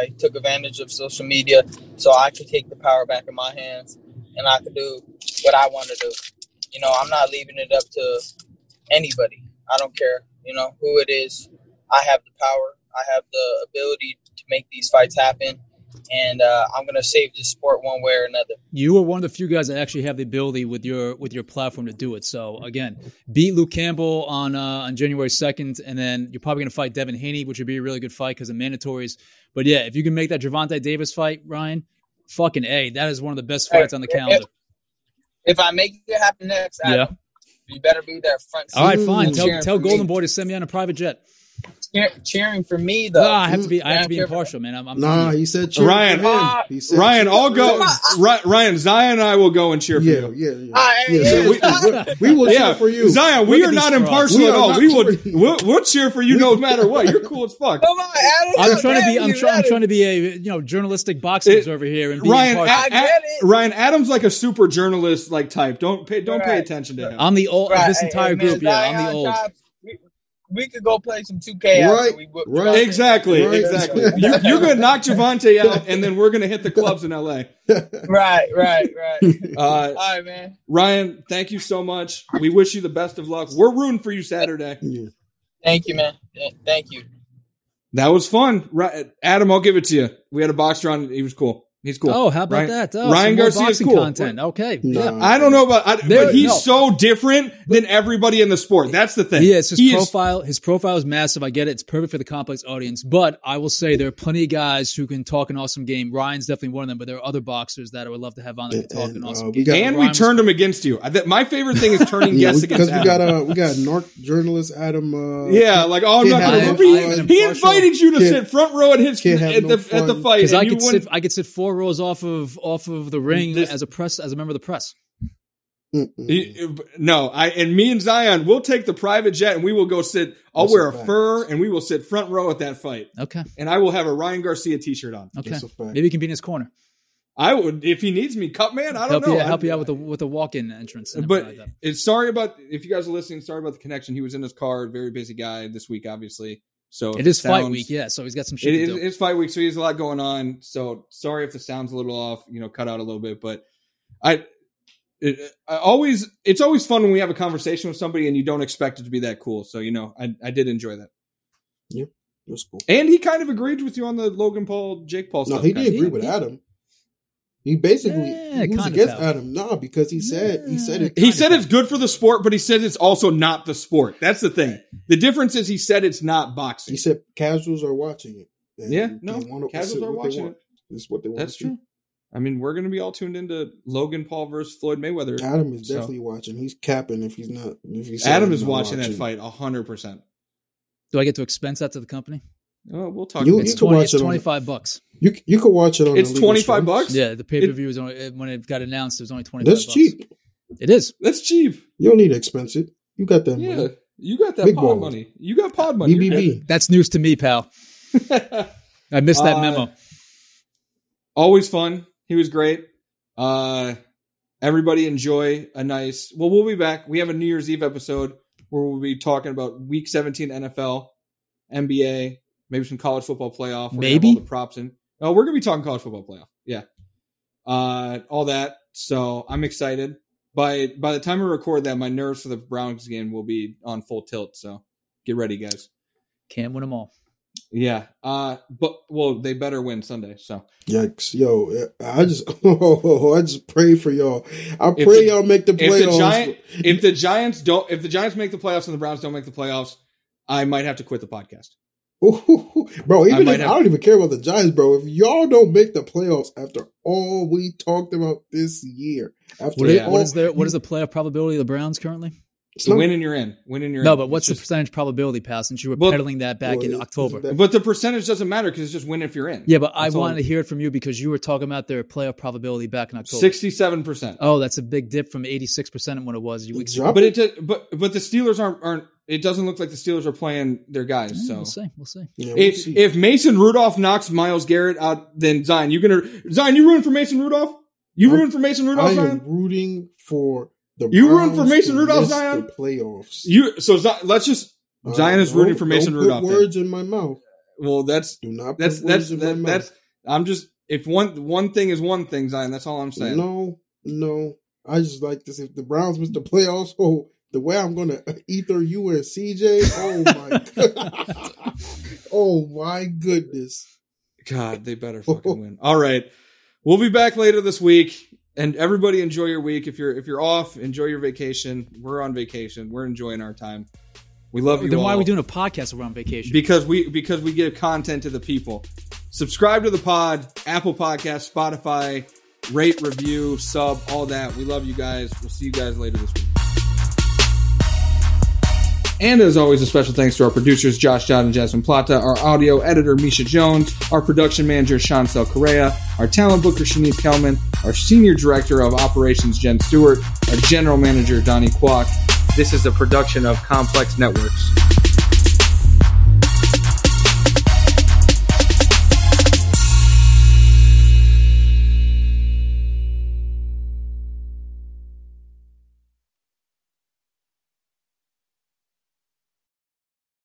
A: I took advantage of social media so I could take the power back in my hands and I could do what I want to do. You know, I'm not leaving it up to anybody. I don't care, you know, who it is. I have the power, I have the ability to make these fights happen, and uh, I'm going to save this sport one way or another.
D: You are one of the few guys that actually have the ability with your with your platform to do it. So again, beat Luke Campbell on uh, on January second, and then you're probably going to fight Devin Haney, which would be a really good fight because of mandatories. But yeah, if you can make that Javante Davis fight, Ryan, fucking a, that is one of the best
A: Hey,
D: fights on the
A: if-
D: calendar.
A: If I make it happen next,
D: Yeah.
A: Adam, you better be there front.
D: All right,
A: seat
D: fine.
A: and
D: Tell,
A: cheering
D: tell
A: for me.
D: Golden Boy to send me on a private jet.
A: cheer, cheering for me though.
D: No, Ah, I have to be. I
A: Yeah,
D: have to be
A: cheer for-
D: impartial, man. I'm, I'm
C: Nah,
D: I'm-
C: he said cheer
B: Ryan, ah,
C: for him.
A: uh,
C: He said
B: Ryan,
C: cheer
B: I'll
C: for
B: go.
C: him.
B: Ri- Ryan, Zion, and I will go and cheer for
C: Yeah,
B: you.
C: yeah, yeah.
A: All right,
C: yeah,
A: yeah.
C: so we, we will
B: yeah,
C: cheer for you.
B: Zion, we
D: Look at
B: are
D: these
B: not
D: frauds.
B: impartial
C: We
B: at
C: are
B: all.
C: not
B: We will
C: cheering.
B: we'll, we'll cheer for you no matter what. You're cool as fuck.
A: Come on, Adam.
D: I'm
A: how
D: trying to
A: dare
D: be. I'm,
A: you,
D: try, I'm
A: Adam?
D: trying to be a you know journalistic boxing
B: It-
D: over here and be
B: Ryan,
D: impartial.
B: Ad-
A: I get
B: Ad-
A: it.
B: Ryan Adams like a super journalist like type. Don't pay don't pay
A: Right.
B: attention to him.
D: I'm the old.
A: Right,
D: of this
A: hey,
D: entire
A: hey, man,
D: group, yeah, I'm the
A: Zion
D: old.
A: Jobs, we, we could go play some 2K. after
C: Right,
A: we whoop
C: right.
A: y'all.
B: exactly,
C: Right.
B: exactly. you, you're gonna knock Javante out, and then we're gonna hit the clubs in LA.
A: Right, right, right.
B: Uh,
A: All right, man.
B: Ryan, thank you so much. We wish you the best of luck. We're rooting for you Saturday.
C: Yeah.
A: Thank you, man. Yeah, Thank you.
B: That was fun, Ri- Adam. I'll give it to you. We had a boxer on; he was cool. He's cool.
D: Oh, how about
B: Ryan-
D: that? Oh,
B: Ryan
D: some more
B: Garcia's
D: boxing
B: cool.
D: content. Okay.
C: Nah.
D: Yeah.
B: I don't know about, I,
D: There-
B: but he's
D: no.
B: so different than everybody in the sport. That's the thing.
D: He is. His
B: He is-
D: profile, his profile is massive. I get it. It's perfect for the complex audience. But I will say there are plenty of guys who can talk an awesome game. Ryan's definitely one of them, but there are other boxers that I would love to have on that can talk an
C: And, uh,
D: awesome
C: we
D: game.
C: got-
B: and we
D: Rhymes-
B: turned him against you. I, th- my favorite thing is turning
C: Yeah,
B: guests
C: because
B: against
C: we,
B: Adam.
C: got uh, we got narc journalist Adam. Uh,
B: yeah, like oh, I'm not
C: Can't have
B: gonna
D: no
B: remember. He,
D: fun.
B: he invited you to
C: Can't-
B: sit front row at his
C: can't have
B: at
C: no
B: the at the
C: fun.
B: fight.
D: Because
B: and
D: I
B: you
D: could
B: wouldn't-
D: sit, I could sit four rows off of off of the ring
B: This-
D: as a press as a member of the press.
C: mm-mm.
B: He- no, I and me and Zion, we'll take the private jet and we will go sit. I'll
C: That's
B: wear
C: a
B: a
C: fact.
B: fur and we will sit front row at that fight,
D: Okay,
B: and I will have a Ryan Garcia T-shirt on.
D: okay.
C: That's a fact.
D: Maybe you can be in his corner.
B: I would if he needs me, cup man. I don't
D: help
B: know.
D: you,
B: I-
D: help you out with the with the walk in entrance. and
B: but
D: everything like
B: it's sorry about if you guys are listening. Sorry about the connection. He was in his car. Very busy guy this week, obviously. So
D: that.
B: if
D: it is fight
B: sounds-
D: week, yeah. So he's got some shit
B: It
D: to
B: is
D: do.
B: it's fight week, so he has a lot going on. So sorry if the sound's a little off. You know, cut out a little bit, but I. It, I always, it's always fun when we have a conversation with somebody and you don't expect it to be that cool. So you know, I, I did enjoy that,
C: That's cool.
B: and he kind of agreed with you on the Logan Paul, Jake Paul.
C: No,
B: stuff,
C: he
B: kinda.
C: did agree with Adam. He basically
D: Yeah,
C: he was
D: kinda
C: against
D: felt.
C: Adam. Nah, because he said he said it.
D: Yeah.
B: He said it's good for the sport, but he says it's also not the sport. That's the thing. The difference is he said it's not boxing.
C: He said casuals are watching it. And
B: Yeah,
C: they
B: no,
C: wanna
B: casuals
C: see
B: are
C: what they
B: watching
C: want.
B: it.
C: That's what they want.
B: That's
C: to see.
B: true. I mean, we're going to be all tuned into Logan Paul versus Floyd Mayweather.
C: Adam is
B: So-
C: definitely watching. He's capping if he's not. If he's
B: Adam is watching that fight hundred percent. Oh,
D: Do I get to expense that to the company?
B: Well, we'll talk.
C: You-
B: about
C: you
D: It's
B: that.
C: can
D: twenty.
C: watch
D: It's
C: it on-
D: twenty five bucks.
C: You c- you can watch it on.
B: It's
C: illegal
B: twenty five
C: streams.
B: bucks.
D: Yeah, the pay per view was only it- when it got announced. It was only twenty.
C: That's cheap.
D: It is.
B: that's cheap.
C: You don't need to expense it. You got that
B: Yeah,
C: money.
B: you got that
C: Big
B: pod
C: balls.
B: money. You got pod money. You're
C: BBB.
D: That's news to me, pal.
B: good.
D: I missed that
B: Uh,
D: memo.
B: Always fun. He was great. Uh, everybody enjoy a nice. Well, we'll be back. We have a New Year's Eve episode where we'll be talking about Week 17 NFL, NBA, maybe some college football playoff. We're gonna have
D: Maybe?
B: all the props in. Oh, we're gonna be talking college football playoff. Yeah, uh, all that. So I'm excited. By by the time we record that, my nerves for the Browns game will be on full tilt. So get ready, guys.
D: Can't win them all.
B: Yeah. Uh but well, they better win Sunday, so
C: Yikes, yo! I just, I just pray for y'all. I
B: If
C: pray
B: the-
C: y'all make the
B: if the
C: playoffs.
B: Giant if the Giants don't if the Giants make the playoffs and the Browns don't make the playoffs, I might have to quit the podcast.
C: Ooh, bro, even
B: might
C: if,
B: have-
C: I don't even care about the Giants, bro. If y'all don't make the playoffs after all we talked about this year, after
D: What,
B: Yeah.
D: is,
C: all,
D: what is their what is the playoff probability of the Browns currently?
C: it's
B: You
C: not-
B: win and you're in. Win and you're
D: No,
B: in.
D: but what's the
B: It's just-
D: percentage probability, pal? Since you were
B: Well-
D: peddling that back
C: well,
D: in
C: it-
D: October.
C: it's-
B: but the percentage doesn't matter because it's just win if you're in.
D: Yeah, but I
B: That's all.
D: wanted to hear it from you because you were talking about their playoff probability back in October.
B: 67%.
D: Oh, that's a big dip from eighty six percent when it was. You weeks.
C: Drop
B: But it did- but but the Steelers aren't aren't it doesn't look like the Steelers are playing their guys, so
D: We'll see. We'll see.
C: Yeah, we'll
B: if,
C: see.
B: if Mason Rudolph knocks Miles Garrett out, then Zion, you gonna Zion, you ruined for Mason Rudolph? You
C: I'm-
B: ruined for Mason
C: I
B: Rudolph,
C: am
B: Zion?
C: rooting for the
B: You rooting for
C: Browns
B: Mason
C: to
B: Rudolph,
C: miss
B: Zion?
C: The playoffs.
B: You so Zi- let's just
C: Uh,
B: Zion is
C: don't-
B: rooting for Mason
C: don't
B: Rudolph.
C: Put
B: then.
C: words in my mouth.
B: Well, that's
C: Do not. Put
B: that's that's
C: words in
B: that,
C: my
B: that's. I'm just if one one thing is one thing, Zion. That's all I'm
C: mouth.
B: saying.
C: no, no. I just like this. If the Browns miss the playoffs, oh, the way I'm gonna ether you and CJ. Oh my god. oh my goodness.
B: God, they better fucking win. All right, we'll be back later this week, and everybody enjoy your week. If you're if you're off, enjoy your vacation. We're on vacation. We're enjoying our time. We love you.
D: Then why are
B: all.
D: we doing a podcast if we're on vacation?
B: Because we because we give content to the people. Subscribe to the pod, Apple Podcast, Spotify, rate, review, sub, all that. We love you guys. We'll see you guys later this week. And as always, a special thanks to our producers, Josh Dodd and Jasmine Plata, our audio editor, Misha Jones, our production manager, Sean Sel Correa, our talent booker, Shanice Kelman, our senior director of operations, Jen Stewart, our general manager, Donnie Kwok. This is a production of Complex Networks.